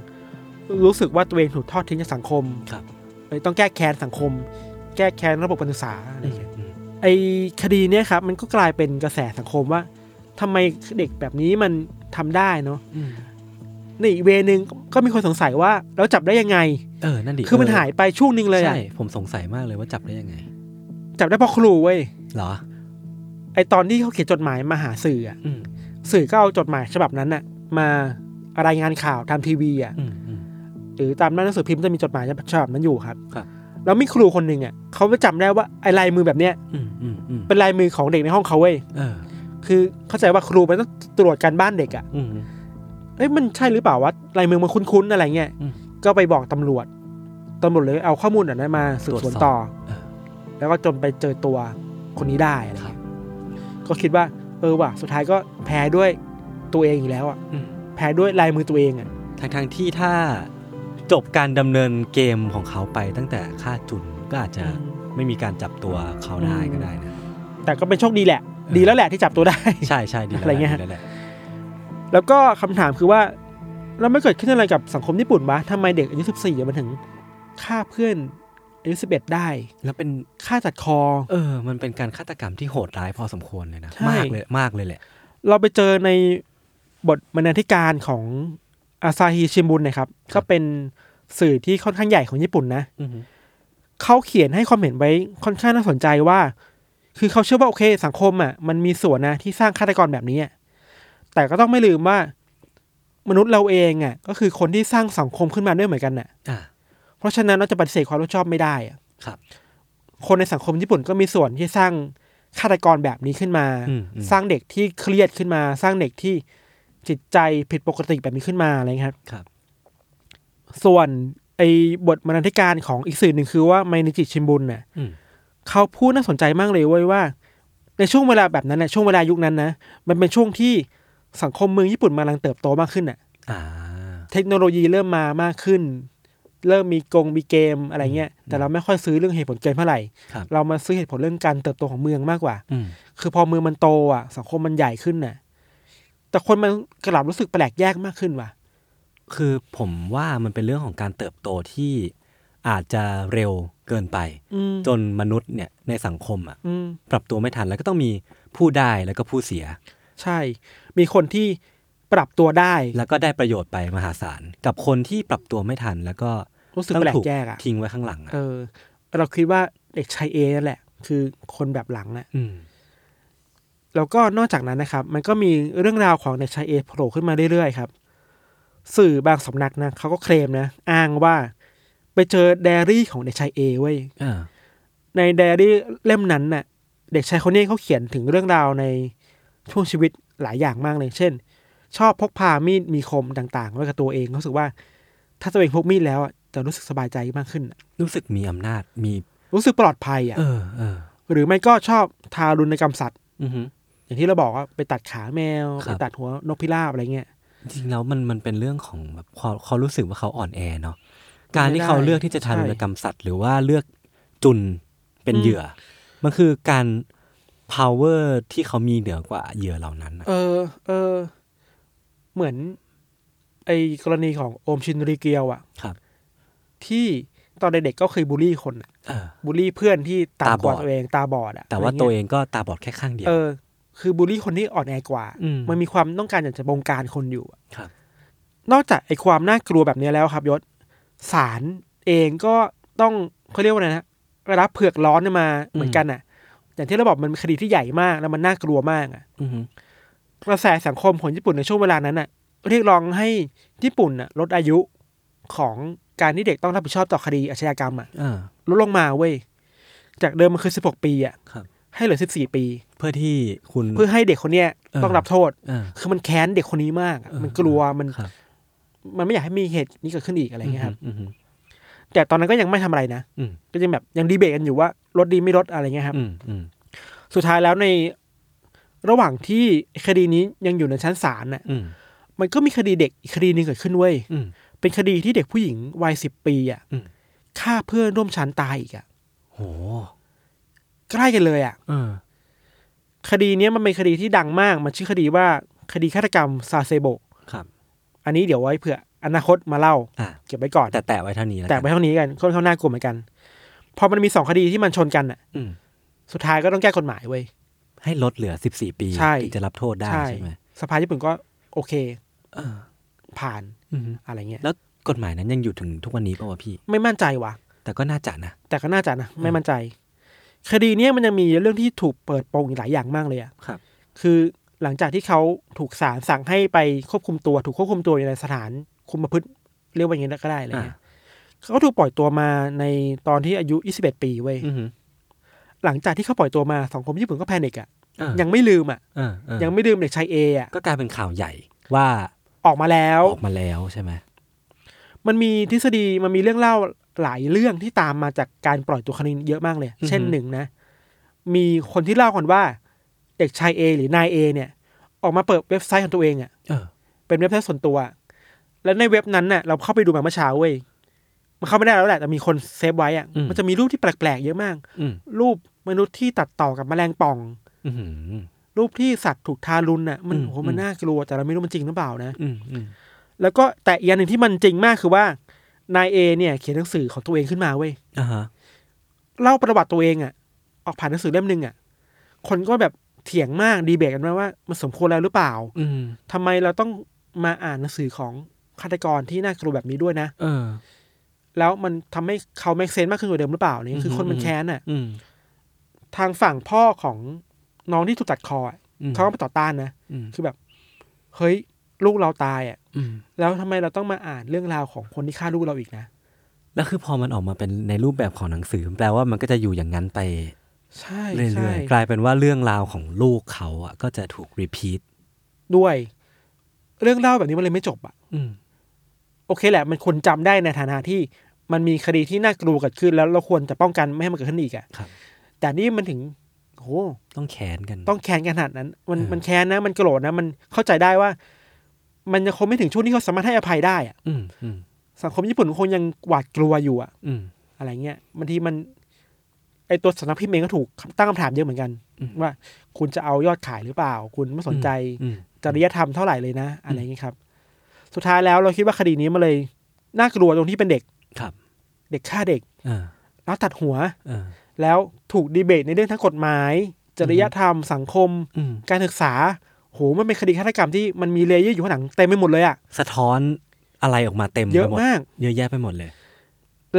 [SPEAKER 3] รู้สึกว่าตัวเองถูกทอดทิ้งจากสังคม
[SPEAKER 2] ครับ
[SPEAKER 3] เลยต้องแก้แค้นสังคม แก้แค้นระบบการศึกษาอะไรอย่างเงี้ย
[SPEAKER 2] อืม
[SPEAKER 3] ไอคดีเนี่ยครับมันก็กลายเป็นกระแสสังคมว่าทำไมเด็กแบบนี้มันทำได้เนาะ
[SPEAKER 2] อืม
[SPEAKER 3] ในอีกเวนึงก็มีคนสงสัยว่าแล้วจับได้ยังไง
[SPEAKER 2] เออ นั่นดิ
[SPEAKER 3] คือมันหายไปช่วงหนึ่งเลยอะ
[SPEAKER 2] ใช่ ผมสงสัยมากเลยว่าจับได้ยังไง
[SPEAKER 3] จับได้เพราะครูเว้ย
[SPEAKER 2] เหรอ
[SPEAKER 3] ไอตอนที่เขาเขียนจดหมายมาหาสื่ออะ
[SPEAKER 2] อืม
[SPEAKER 3] สื่อก็เอาจดหมายฉบับนั้นน่ะ มารายงานข่าวตามทีวีอ่ะ
[SPEAKER 2] อืมอืม
[SPEAKER 3] หรือตามหน้าหนังสือพิมพ์จะมีจดหมายฉบับนั้นอยู่ครับ
[SPEAKER 2] ครับ
[SPEAKER 3] แล้วมีครูคนหนึ่งอ่ะเขาไปจำได้ว่าไอลายมือแบบเนี้ย
[SPEAKER 2] อืมอืมอืม
[SPEAKER 3] เป็นลายมือของเด็กในห้องเขาเว้ย
[SPEAKER 2] เออ
[SPEAKER 3] คือเข้าใจว่าครูมันต้องตรวจการบ้านเด็กอ่ะ
[SPEAKER 2] อืม
[SPEAKER 3] เอ้ยมันใช่หรือเปล่าวะลายมือมันคุ้นๆอะไรเงี้ย
[SPEAKER 2] อืม
[SPEAKER 3] ก็ไปบอกตำรวจตำรวจเลยเอาข้อมูลเหล่านั้นมาสืบสวนต่อ
[SPEAKER 2] ตรวจสอบเออ
[SPEAKER 3] แล้วก็จนไปเจอตัวคนนี้ได้อะไร
[SPEAKER 2] ครับ
[SPEAKER 3] เงี้ยก็คิดว่า เออว่ะสุดท้ายก็แพ้ด้วยตัวเองอยู่แล้วอ่ะ
[SPEAKER 2] อืม
[SPEAKER 3] แพ้ด้วยลายมือตัวเองอะ
[SPEAKER 2] ทั้งทางๆที่ถ้า จบการดำเนินเกมของเขาไปตั้งแต่ฆ่าจุนก็อาจจะ
[SPEAKER 3] อืม
[SPEAKER 2] ไม่มีการจับตัวเขาได้ก็ได้นะ
[SPEAKER 3] แต่ก็เป็นโชคดีแหละ
[SPEAKER 2] ออ
[SPEAKER 3] ดีแล้วแหละที่จับตัวได้
[SPEAKER 2] ใช่ใช่ดีแล้ว
[SPEAKER 3] อะไรเงี้ย
[SPEAKER 2] ดีแล้วแหละ
[SPEAKER 3] แล้วก็คำถามคือว่าแล้วไม่เกิดขึ้นอะไรกับสังคมญี่ปุ่นวะทำไมเด็กอายุสิบสี่มันถึงฆ่าเพื่อนอายุสิบเอ็ดได้
[SPEAKER 2] แล้วเป็น
[SPEAKER 3] ฆ่าตัดคอ
[SPEAKER 2] เออ มันเป็นการฆาตกรรมที่โหดร้ายพอสมควรเลยนะ
[SPEAKER 3] ใช่
[SPEAKER 2] มากเลยมากเลยแหละ
[SPEAKER 3] เราไปเจอในบทบรรณาธิการของอาซาฮิชิมุนนะครับ
[SPEAKER 2] ครั
[SPEAKER 3] ก็
[SPEAKER 2] บ
[SPEAKER 3] เป็นสื่อที่ค่อนข้างใหญ่ของญี่ปุ่นนะ เขาเขียนให้ความเห็นไว้ค่อนข้างน่าสนใจว่า คือเขาเชื่อว่าโอเค สังคมอ่ะมันมีส่วนนะที่สร้างฆาตกรแบบนี้อะแต่ก็ต้องไม่ลืมว่า มนุษย์เราเองอ่ะ ก็คือคนที่สร้างสังคมขึ้นมาด้วยเหมือนกันน่ะ
[SPEAKER 2] อ่า
[SPEAKER 3] เพราะฉะนั้นเราจะปฏิเสธความรับผิดชอบไม่ได้อะ
[SPEAKER 2] ครับ
[SPEAKER 3] คนในสังคมญี่ปุ่นก็มีส่วนที่สร้างฆาตกรแบบนี้ขึ้นมา
[SPEAKER 2] อืมอืม
[SPEAKER 3] สร้างเด็กที่เครียดขึ้นมา สร้างเด็กที่จิตใจผิดปกติแบบนี้ขึ้นมาอะไรเงี้ยครับ
[SPEAKER 2] ครับ
[SPEAKER 3] ส่วนไอ้บทบรรณาธิการของอีกสื่อหนึ่งคือว่าไมนิจิชิมบุนน่ะ
[SPEAKER 2] อืม
[SPEAKER 3] เขาพูดน่าสนใจมากเลยเว้ยว่า ในช่วงเวลาแบบนั้นนะช่วงเวลายุคนั้นนะมันเป็นช่วงที่สังคมเมืองญี่ปุ่นกำลังเติบโตมากขึ้นน่ะ
[SPEAKER 2] อ่า
[SPEAKER 3] เทคโนโลยีเริ่มมามากขึ้น เริ่มมีกงมีเกมอะไรเงี้ย แต่เราไม่ค่อยซื้อเรื่องเหตุผลเกมเท่าไหร่
[SPEAKER 2] ครับ
[SPEAKER 3] เรามาซื้อเหตุผลเรื่องการเติบโตของเมืองมากกว่า
[SPEAKER 2] อืม
[SPEAKER 3] คือพอเมืองมันโตอ่ะ สังคมมันใหญ่ขึ้นน่ะ แต่คนมันกลับรู้สึกแปลกแยกมากขึ้นว่ะ
[SPEAKER 2] คือผมว่ามันเป็นเรื่องของการเติบโตที่อาจจะเร็วเกินไป
[SPEAKER 3] อืม
[SPEAKER 2] จนมนุษย์เนี่ยในสังคมอ่ะ
[SPEAKER 3] อืม
[SPEAKER 2] ปรับตัวไม่ทันแล้วก็ต้องมีผู้ได้แล้วก็ผู้เสีย
[SPEAKER 3] ใช่ มีคนที่ปรับตัวได้
[SPEAKER 2] แล้วก็ได้ประโยชน์ไปมหาศาล กับคนที่ปรับตัวไม่ทัน แล้วก็
[SPEAKER 3] รู้สึก
[SPEAKER 2] ต้อง
[SPEAKER 3] แปลก
[SPEAKER 2] ถูก
[SPEAKER 3] แยกอ่ะ
[SPEAKER 2] ทิ้งไว้ข้างหลังอ่ะ
[SPEAKER 3] เออ เราคิดว่าเด็กชายเอนั่นแหละ คือคนแบบหลังน่ะ
[SPEAKER 2] อืม
[SPEAKER 3] แล้วก็นอกจากนั้นนะครับ มันก็มีเรื่องราวของเด็กชายเอโผล่ขึ้นมาเรื่อยๆครับ สื่อบางสำนักนะเขาก็เคลมนะ อ้างว่า ไปเจอไดอารี่ของเด็กชายเอเว้ย
[SPEAKER 2] เออ
[SPEAKER 3] ในไดอารี่เล่มนั้นน่ะ เด็กชายคนนี้เขาเขียนถึงเรื่องราวในช่วงชีวิตหลายอย่างมากเลย เช่น ชอบพกพามีดมีคมต่างๆไว้กับตัวเองรู้สึกว่า ถ้าตัวเองพกมีดแล้วอ่ะจะรู้สึกสบายใจมากขึ้นน่ะ
[SPEAKER 2] รู้สึกมีอำนาจมี
[SPEAKER 3] รู้สึกปลอดภัยอ่ะ
[SPEAKER 2] เออเออ
[SPEAKER 3] หรือไม่ก็ชอบทารุณกรรมสัตว์
[SPEAKER 2] อือฮึ
[SPEAKER 3] อย่างที่เราบอกว่าไปตัดขาแมว
[SPEAKER 2] ครั
[SPEAKER 3] ไป
[SPEAKER 2] บ
[SPEAKER 3] ตัดหัวนกพิราบอะไรเงี้ย
[SPEAKER 2] จริงๆแล้วมันมันเป็นเรื่องของแบบเขาเขารู้สึกว่าเขาอ่อนแอเนาะการที่
[SPEAKER 3] ไม่ได้
[SPEAKER 2] เขาเลือกที่จะทารุณกรรมสัตว์ หรือว่าเลือกจุนเป็น
[SPEAKER 3] อืม
[SPEAKER 2] เหยื่อ มันคือการ power ที่เขามีเหนือกว่าเหยื่อเหล่านั้นอะ
[SPEAKER 3] เออ เออ เหมือน ไอกรณีของโอมชินรีเกียวอ่ะ
[SPEAKER 2] ครับ
[SPEAKER 3] ที่ตอนเด็กๆก็เคยบูลลี่คนน่ะ
[SPEAKER 2] เออ
[SPEAKER 3] บูลลี่เพื่อนที่ตา
[SPEAKER 2] ตาบ
[SPEAKER 3] ก
[SPEAKER 2] อ
[SPEAKER 3] ว่า
[SPEAKER 2] ด
[SPEAKER 3] ตัวเองตาบอดอ่ะ
[SPEAKER 2] แต่ว่า
[SPEAKER 3] ะไรงี้ย
[SPEAKER 2] ตัวเองก็ตาบอดแค่ข้างเดียว
[SPEAKER 3] เออ คือบูลลี่คนที่อ่อนแอกว่า
[SPEAKER 2] อืม
[SPEAKER 3] มันมีความต้องการอยากจะบงการคนอยู่อะ
[SPEAKER 2] ครับ
[SPEAKER 3] นอกจากไอความน่ากลัวแบบนี้แล้วครับยศศาลเองก็ต้องเขาเรียกว่าอะไรนะรับเผือกร้อนมาเหมือนกันอ่ะ อย่างที่เราบอกมันเป็นคดีที่ใหญ่มากแล้วมันน่ากลัวมากอ่ะ
[SPEAKER 2] อือฮึ
[SPEAKER 3] กระแสสังคมของญี่ปุ่นในช่วงเวลานั้นน่ะ เรียกร้องให้ญี่ปุ่นน่ะลดอายุของการที่เด็กต้องรับผิดชอบต่อคดีอาชญากรรมอ่ะ
[SPEAKER 2] เออ
[SPEAKER 3] ลดลงมาเว้ย จากเดิมมันคือ 16 ปีอ่ะ
[SPEAKER 2] ครับ
[SPEAKER 3] ให้เหลือ 14 ปี
[SPEAKER 2] เพื่อที่คุณ
[SPEAKER 3] เพื่อให้เด็กคนเนี้ย
[SPEAKER 2] เออ
[SPEAKER 3] ต้องรับโทษ
[SPEAKER 2] เออ
[SPEAKER 3] คือมันแค้นเด็กคนนี้มากอะ
[SPEAKER 2] เออ
[SPEAKER 3] มันกลัวมัน
[SPEAKER 2] ครับ
[SPEAKER 3] มันไม่อยากให้มีเหตุนี้เกิดขึ้นอีกอะไรเงี้ยครับ
[SPEAKER 2] อือฮึ
[SPEAKER 3] แต่ตอนนั้นก็ยังไม่ทำอะไรนะ
[SPEAKER 2] อืม
[SPEAKER 3] ก็ยังแบบยังดีเบตกันอยู่ว่าลดดีไม่ลดอะไรเงี้ยครับ
[SPEAKER 2] อืมอืม
[SPEAKER 3] สุดท้ายแล้วในระหว่างที่คดีนี้ยังอยู่ในชั้นศาลน่ะ
[SPEAKER 2] อืม
[SPEAKER 3] มันก็มีคดีเด็กอีกคดีหนึ่งเกิดขึ้นเว้ย
[SPEAKER 2] อืม
[SPEAKER 3] เป็นคดีที่เด็กผู้หญิงวัยสิบปีอ่ะ
[SPEAKER 2] อืม
[SPEAKER 3] ฆ่าเพื่อนร่วมชั้นตายอีกอ่ะ
[SPEAKER 2] โห
[SPEAKER 3] ใกล้กันเลยอ่ะ
[SPEAKER 2] เออ
[SPEAKER 3] คดีเนี้ยมันเป็นคดีที่ดังมาก มันชื่อคดีว่าคดีฆาตกรรมซาเซโบะ
[SPEAKER 2] ครับ
[SPEAKER 3] อันนี้เดี๋ยวไว้เผื่ออนาคตมาเล่า
[SPEAKER 2] อ่ะ
[SPEAKER 3] เก็บไว้ก่อน
[SPEAKER 2] แต่แตะไว้เท่านี้แล้ว
[SPEAKER 3] แต่
[SPEAKER 2] กัน
[SPEAKER 3] ไปเท่านี้กันค่อนข้างน่ากลัวเหมือนกันพอมันมีสองคดีที่มันชนกันอ่ะ
[SPEAKER 2] อืม
[SPEAKER 3] สุดท้ายก็ต้องแก้กฎหมายเว้ย
[SPEAKER 2] ให้ลดเหลือ 14 ปี
[SPEAKER 3] ใช่
[SPEAKER 2] ถึงจะรับโทษได้ใช่ไหม
[SPEAKER 3] สภาญี่ปุ่นก็โอเค
[SPEAKER 2] เออ
[SPEAKER 3] ผ่าน
[SPEAKER 2] อือฮึ
[SPEAKER 3] อะไรเงี้ย
[SPEAKER 2] แล้วกฎหมายนั้นยังอยู่ถึงทุกวันนี้ป่าวะพี่
[SPEAKER 3] ไม่มั่นใจว่ะ
[SPEAKER 2] แต่ก็น่าจะนะ
[SPEAKER 3] แต่ก็น่าจะนะไม่มั่นใจ คดีเนี้ยมันยังมีเรื่องที่ถูกเปิดโปงอีกหลายอย่างมากเลยอะ
[SPEAKER 2] ครับ
[SPEAKER 3] คือหลังจากที่เขาถูกศาลสั่งให้ไปควบคุมตัว ถูกควบคุมตัวอยู่ในสถานคุมประพฤติเรียกว่าอย่างนี้ก็ได้อะไรเลย
[SPEAKER 2] อ่
[SPEAKER 3] เขาก็ถูกปล่อยตัวมาในตอนที่อายุ 21 ปีเว้ย
[SPEAKER 2] อือฮึ
[SPEAKER 3] หลังจากที่เขาปล่อยตัวมาสังคมญี่ปุ่นก็แพนิกอ่ะ
[SPEAKER 2] เออ
[SPEAKER 3] ยังไม่ลืมอ่ะ
[SPEAKER 2] เออเออ
[SPEAKER 3] ยังไม่ลืมเด็กชายเออ่ะ
[SPEAKER 2] ก็กลายเป็นข่าวใหญ่ว่า
[SPEAKER 3] ออกมาแล้ว
[SPEAKER 2] ออกมาแล้วใช่ไหม
[SPEAKER 3] มันมีทฤษฎีมันมีเรื่องเล่าหลายเรื่องที่ตามมาจากการปล่อยตัวครั้งนี้เยอะมากเลย เช่นหนึ่งนะ มีคนที่เล่ากันว่า เด็กชายเอหรือนายเอเนี่ย ออกมาเปิดเว็บไซต์ของตัวเองอ่ะ
[SPEAKER 2] เออ
[SPEAKER 3] เป็นเว็บไซต์ส่วนตัว และในเว็บนั้นน่ะเราเข้าไปดูมาเมื่อเช้าเว้ย มันเข้าไม่ได้แล้วแหละแต่มีคนเซฟไว้อะ
[SPEAKER 2] อืม
[SPEAKER 3] มันจะมีรูปที่แปลกๆเยอะมาก
[SPEAKER 2] อืม
[SPEAKER 3] รูปมนุษย์ที่ตัดต่อกับแมลงป่อง
[SPEAKER 2] อืมอืม
[SPEAKER 3] รูปที่สัตว์ถูกทารุณน่ะมัน
[SPEAKER 2] อืม
[SPEAKER 3] โอ้โหมัน
[SPEAKER 2] อืม
[SPEAKER 3] น่ากลัวแต่เราไม่รู้มันจริงหรือเปล่านะ
[SPEAKER 2] อืมอืม
[SPEAKER 3] แล้วก็แต่อีกอันหนึ่งที่มันจริงมากคือว่านายเอเนี่ยเขียนหนังสือของตัวเองขึ้นมาเว้ย
[SPEAKER 2] อ่าฮะ
[SPEAKER 3] เล่าประวัติตัวเองอะออกผ่านหนังสือเล่มหนึ่งอะคนก็แบบเถียงมากดีเบตกันมาว่ามันสมควรแล้วหรือเปล่า
[SPEAKER 2] อืม
[SPEAKER 3] ทำไมเราต้องมาอ่านหนังสือของฆาตกรที่น่ากลัวแบบนี้ด้วยนะ
[SPEAKER 2] เออ
[SPEAKER 3] แล้วมันทำให้เขาแม็กเซนมากขึ้นกว่าเดิมหรือเปล่าเนี่ยคือ
[SPEAKER 2] ม
[SPEAKER 3] คนมันแค้นอะ
[SPEAKER 2] อืม
[SPEAKER 3] ทางฝั่งพ่อของน้องที่ถูกตัดคออะ
[SPEAKER 2] อืม
[SPEAKER 3] เขาก็ไปต่อต้านนะ
[SPEAKER 2] อืม
[SPEAKER 3] คือแบบ เฮ้ยลูกเราตายอะ
[SPEAKER 2] อืม
[SPEAKER 3] แล้วทำไมเราต้องมาอ่านเรื่องราวของคนที่ฆ่าลูกเราอีกนะ
[SPEAKER 2] แล้วคือพอมันออกมาเป็นในรูปแบบของหนังสือ แปลว่ามันก็จะอยู่อย่างนั้นไป
[SPEAKER 3] ใช่
[SPEAKER 2] เรื่
[SPEAKER 3] ใช่
[SPEAKER 2] อยๆ กลายเป็นว่าเรื่องราวของลูกเขาอ่ะก็จะถูกรีพีท
[SPEAKER 3] ด้วย เรื่องเล่าแบบนี้มันเลยไม่จบอะ
[SPEAKER 2] อืม
[SPEAKER 3] โอเคแหละ มันควรจำได้ในฐานะที่ มันมีคดีที่น่ากลัวเกิดขึ้นแล้วเราควรจะป้องกันไม่ให้มันเกิดขึ้นอีกอะ
[SPEAKER 2] ครับ
[SPEAKER 3] แต่นี่มันถึงโอ้โห
[SPEAKER 2] ต้องแขนกัน
[SPEAKER 3] ต้องแค้นกันขนาดนั้น มัน
[SPEAKER 2] เออ
[SPEAKER 3] มันแค้นนะ มันโกรธนะ มันเข้าใจได้ว่า มันยังคงไม่ถึงช่วงที่เขาสามารถให้อภัยได้อะ
[SPEAKER 2] อืมอืม
[SPEAKER 3] สังคมญี่ปุ่นคงยังหวาดกลัวอยู่อะ
[SPEAKER 2] อืม
[SPEAKER 3] อะไรเงี้ยบางทีมันไอตัวสำนักพิมพ์เองก็ถูกตั้งคำถามเยอะเหมือนกัน
[SPEAKER 2] อืม
[SPEAKER 3] ว่า คุณจะเอายอดขายหรือเปล่า คุณไม่สนใจ
[SPEAKER 2] อืม
[SPEAKER 3] จริยธรรมเท่าไหร่เลยนะ อะไรอย่างนี้ครับ สุดท้ายแล้วเราคิดว่าคดีนี้มันเลยน่ากลัวตรงที่เป็นเด็ก
[SPEAKER 2] ครับ
[SPEAKER 3] เด็กฆ่าเด็ก
[SPEAKER 2] เออ
[SPEAKER 3] แล้วตัดหัว
[SPEAKER 2] เออ
[SPEAKER 3] แล้วถูกดีเบตในเรื่องทั้งกฎหมาย จริยธรรมสังคม
[SPEAKER 2] อืม
[SPEAKER 3] การศึกษาโหมันเป็นคดีฆาตกรรมที่มันมีเลเยอร์อยู่ข้างหลังเต็มไปหมดเลยอะ
[SPEAKER 2] สะท้อนอะไรออกมาเต็ม
[SPEAKER 3] เย
[SPEAKER 2] ไป
[SPEAKER 3] อะ
[SPEAKER 2] หมด
[SPEAKER 3] มาก
[SPEAKER 2] เยอะแยะไปหมดเลย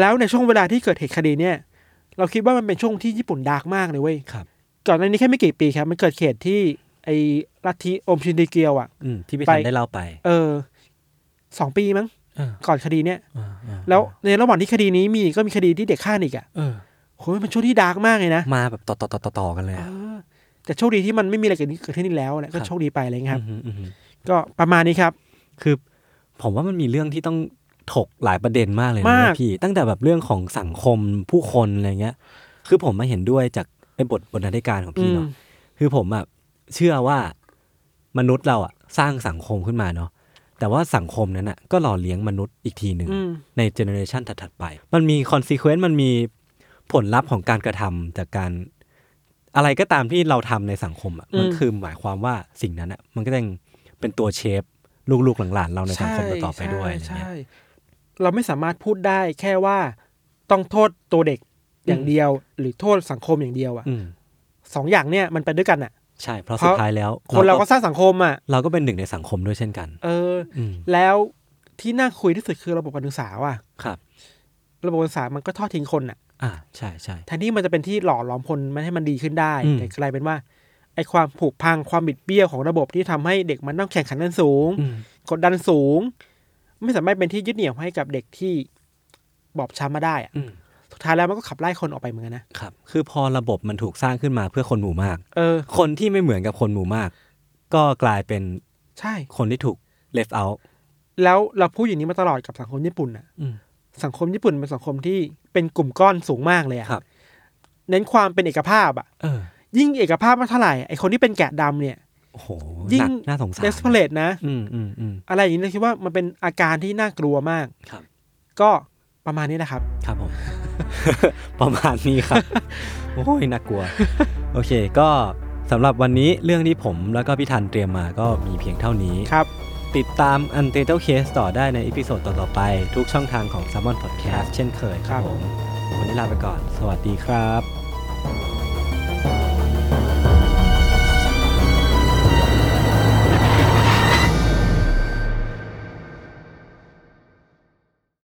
[SPEAKER 3] แล้วในช่วงเวลาที่เกิดเหตุคดีเนี่ย เราคิดว่ามันเป็นช่วงที่ญี่ปุ่นดาร์กมากเลยเว้ย
[SPEAKER 2] ครับ
[SPEAKER 3] ก่อนหน้านี้แค่ไม่กี่ปีครับ มันเกิดเขตที่ไอ้ลัทธิโอมชินดีเกียวอะ
[SPEAKER 2] อืมที่พี่ทันได้เล่าไป
[SPEAKER 3] เออสองปีมั้ง
[SPEAKER 2] เออ
[SPEAKER 3] ก่อนคดีเนี่ย
[SPEAKER 2] เออเออ
[SPEAKER 3] แล้วในระหว่างที่คดีนี้มีก็มีคดีที่เด็กฆ่าอีกอ่ะ
[SPEAKER 2] เออ
[SPEAKER 3] โหมันเป็นช่วงที่ดาร์กมากเลยนะ
[SPEAKER 2] มาแบบต่อต่อต่อต่อต่อกันเลย
[SPEAKER 3] เอ
[SPEAKER 2] อะ
[SPEAKER 3] อแต่โชคดีที่มันไม่มีอะไรเกิดขึ้นเกิดขึ้นอีกแล้วแหละ
[SPEAKER 2] ค
[SPEAKER 3] ก็
[SPEAKER 2] รับ
[SPEAKER 3] โชคดีไปอะไรเงี้ยครับ
[SPEAKER 2] อืมอืมอืม
[SPEAKER 3] ก็ประมาณนี้ครับ
[SPEAKER 2] คือ ผมว่ามันมีเรื่องที่ต้องถกหลายประเด็นมากเลยนะ
[SPEAKER 3] มาก
[SPEAKER 2] พี่ ตั้งแต่แบบเรื่องของสังคมผู้คนอะไรเงี้ย คือผมมาเห็นด้วยจากไอ้บทบรรณาธิการของพี่เนาะ คือผมอะเชื่อว่ามนุษย์เราอะสร้างสังคมขึ้นมาเนาะแต่ว่าสังคมนั้นอะก็หล่อเลี้ยงมนุษย์อีกทีหนึ่ง
[SPEAKER 3] อืม
[SPEAKER 2] ในเจเนอเรชันถัดๆไป มันมีคอนซีเควนต์มันมีผลลัพธ์ของการกระทำจากการ อะไรก็ตามที่เราทำในสังคมอะ
[SPEAKER 3] อืม
[SPEAKER 2] มันคือหมายความว่าสิ่งนั้นอะมันก็ยังเป็นตัวเชฟลูกๆหลานๆเราในสังคมต่อๆไปด้วยอะไร
[SPEAKER 3] ใช่
[SPEAKER 2] เงี้ย
[SPEAKER 3] ใช่เราไม่สามารถพูดได้แค่ว่าต้องโทษตัวเด็กอย่าง
[SPEAKER 2] อืม
[SPEAKER 3] เดียว หรือโทษสังคมอย่างเดียวอ่ะ
[SPEAKER 2] อืม
[SPEAKER 3] สองอย่างเนี่ยมันไปด้วยกันอ่ะ
[SPEAKER 2] ใช่เพราะ
[SPEAKER 3] เพ
[SPEAKER 2] สุ
[SPEAKER 3] ราะ
[SPEAKER 2] ดท้ายแล้ว
[SPEAKER 3] คนเราก็สร้างสังคมอ่ะ
[SPEAKER 2] เราก็เป็นหนึ่งในสังคมด้วยเช่นกัน
[SPEAKER 3] เออ
[SPEAKER 2] อืม
[SPEAKER 3] แล้วที่น่าคุยที่สุดคือระบบการศึกษาว่ะ
[SPEAKER 2] ครับ
[SPEAKER 3] ระบบการศึกษามันก็ทอดทิ้งคนอ่ะ
[SPEAKER 2] อ่าใช่ใช่
[SPEAKER 3] แทนที่มันจะเป็นที่หล่อหลอมคนมันให้มันดีขึ้นได้
[SPEAKER 2] อืม
[SPEAKER 3] แต่กลายเป็นว่าไอความผูกพังความบิดเบี้ยวของระบบที่ทำให้เด็กมันต้องแข่งขันกันสูง
[SPEAKER 2] อืม
[SPEAKER 3] กดดันสูง ไม่สามารถเป็นที่ยึดเหนี่ยวให้กับเด็กที่บอบช้ำมาได้อะ
[SPEAKER 2] อืม
[SPEAKER 3] สุดท้ายแล้วมันก็ขับไล่คนออกไปเหมือนกันนะ
[SPEAKER 2] ครับ คือพอระบบมันถูกสร้างขึ้นมาเพื่อคนหมู่มาก
[SPEAKER 3] เออ
[SPEAKER 2] คนที่ไม่เหมือนกับคนหมู่มาก ก็กลายเป็น
[SPEAKER 3] ใช่
[SPEAKER 2] คนที่ถูก left out
[SPEAKER 3] แล้วเราพูดอย่างนี้มาตลอดกับสังคมญี่ปุ่นอะ
[SPEAKER 2] อืม
[SPEAKER 3] สังคมญี่ปุ่นเป็นสังคมที่เป็นกลุ่มก้อนสูงมากเลยอะ
[SPEAKER 2] ครับ
[SPEAKER 3] เน้นความเป็นเอกภาพอะ
[SPEAKER 2] เออ
[SPEAKER 3] ยิ่งเอกภาพมากเท่าไหร่ไอคนที่เป็นแกะดำเนี่ย
[SPEAKER 2] โอ้โห
[SPEAKER 3] ยิ่
[SPEAKER 2] ห
[SPEAKER 3] ง
[SPEAKER 2] นักน่าสงสาร
[SPEAKER 3] เดสเพลตนะ
[SPEAKER 2] อืมอืมอืม
[SPEAKER 3] อะไรอย่างนี้เราคิดว่ามันเป็นอาการที่น่ากลัวมาก
[SPEAKER 2] ครับ
[SPEAKER 3] ก็ประมาณนี้นะครับ
[SPEAKER 2] ครับผม ประมาณนี้ครับ โอ้ยน่ากลัว โอเค ก็สำหรับวันนี้เรื่องที่ผมแล้วก็พี่ทันเตรียมมาก็มีเพียงเท่านี้
[SPEAKER 3] ครับ
[SPEAKER 2] ติดตาม Untitled Case ต่อได้ในอีพิโซดต่อ ๆ ไป ทุกช่องทางของ s ซ m o n Podcast เช่นเคยครับ
[SPEAKER 3] ครับ
[SPEAKER 2] ผม วันนี้ลาไปก่อน สวัสดีครับ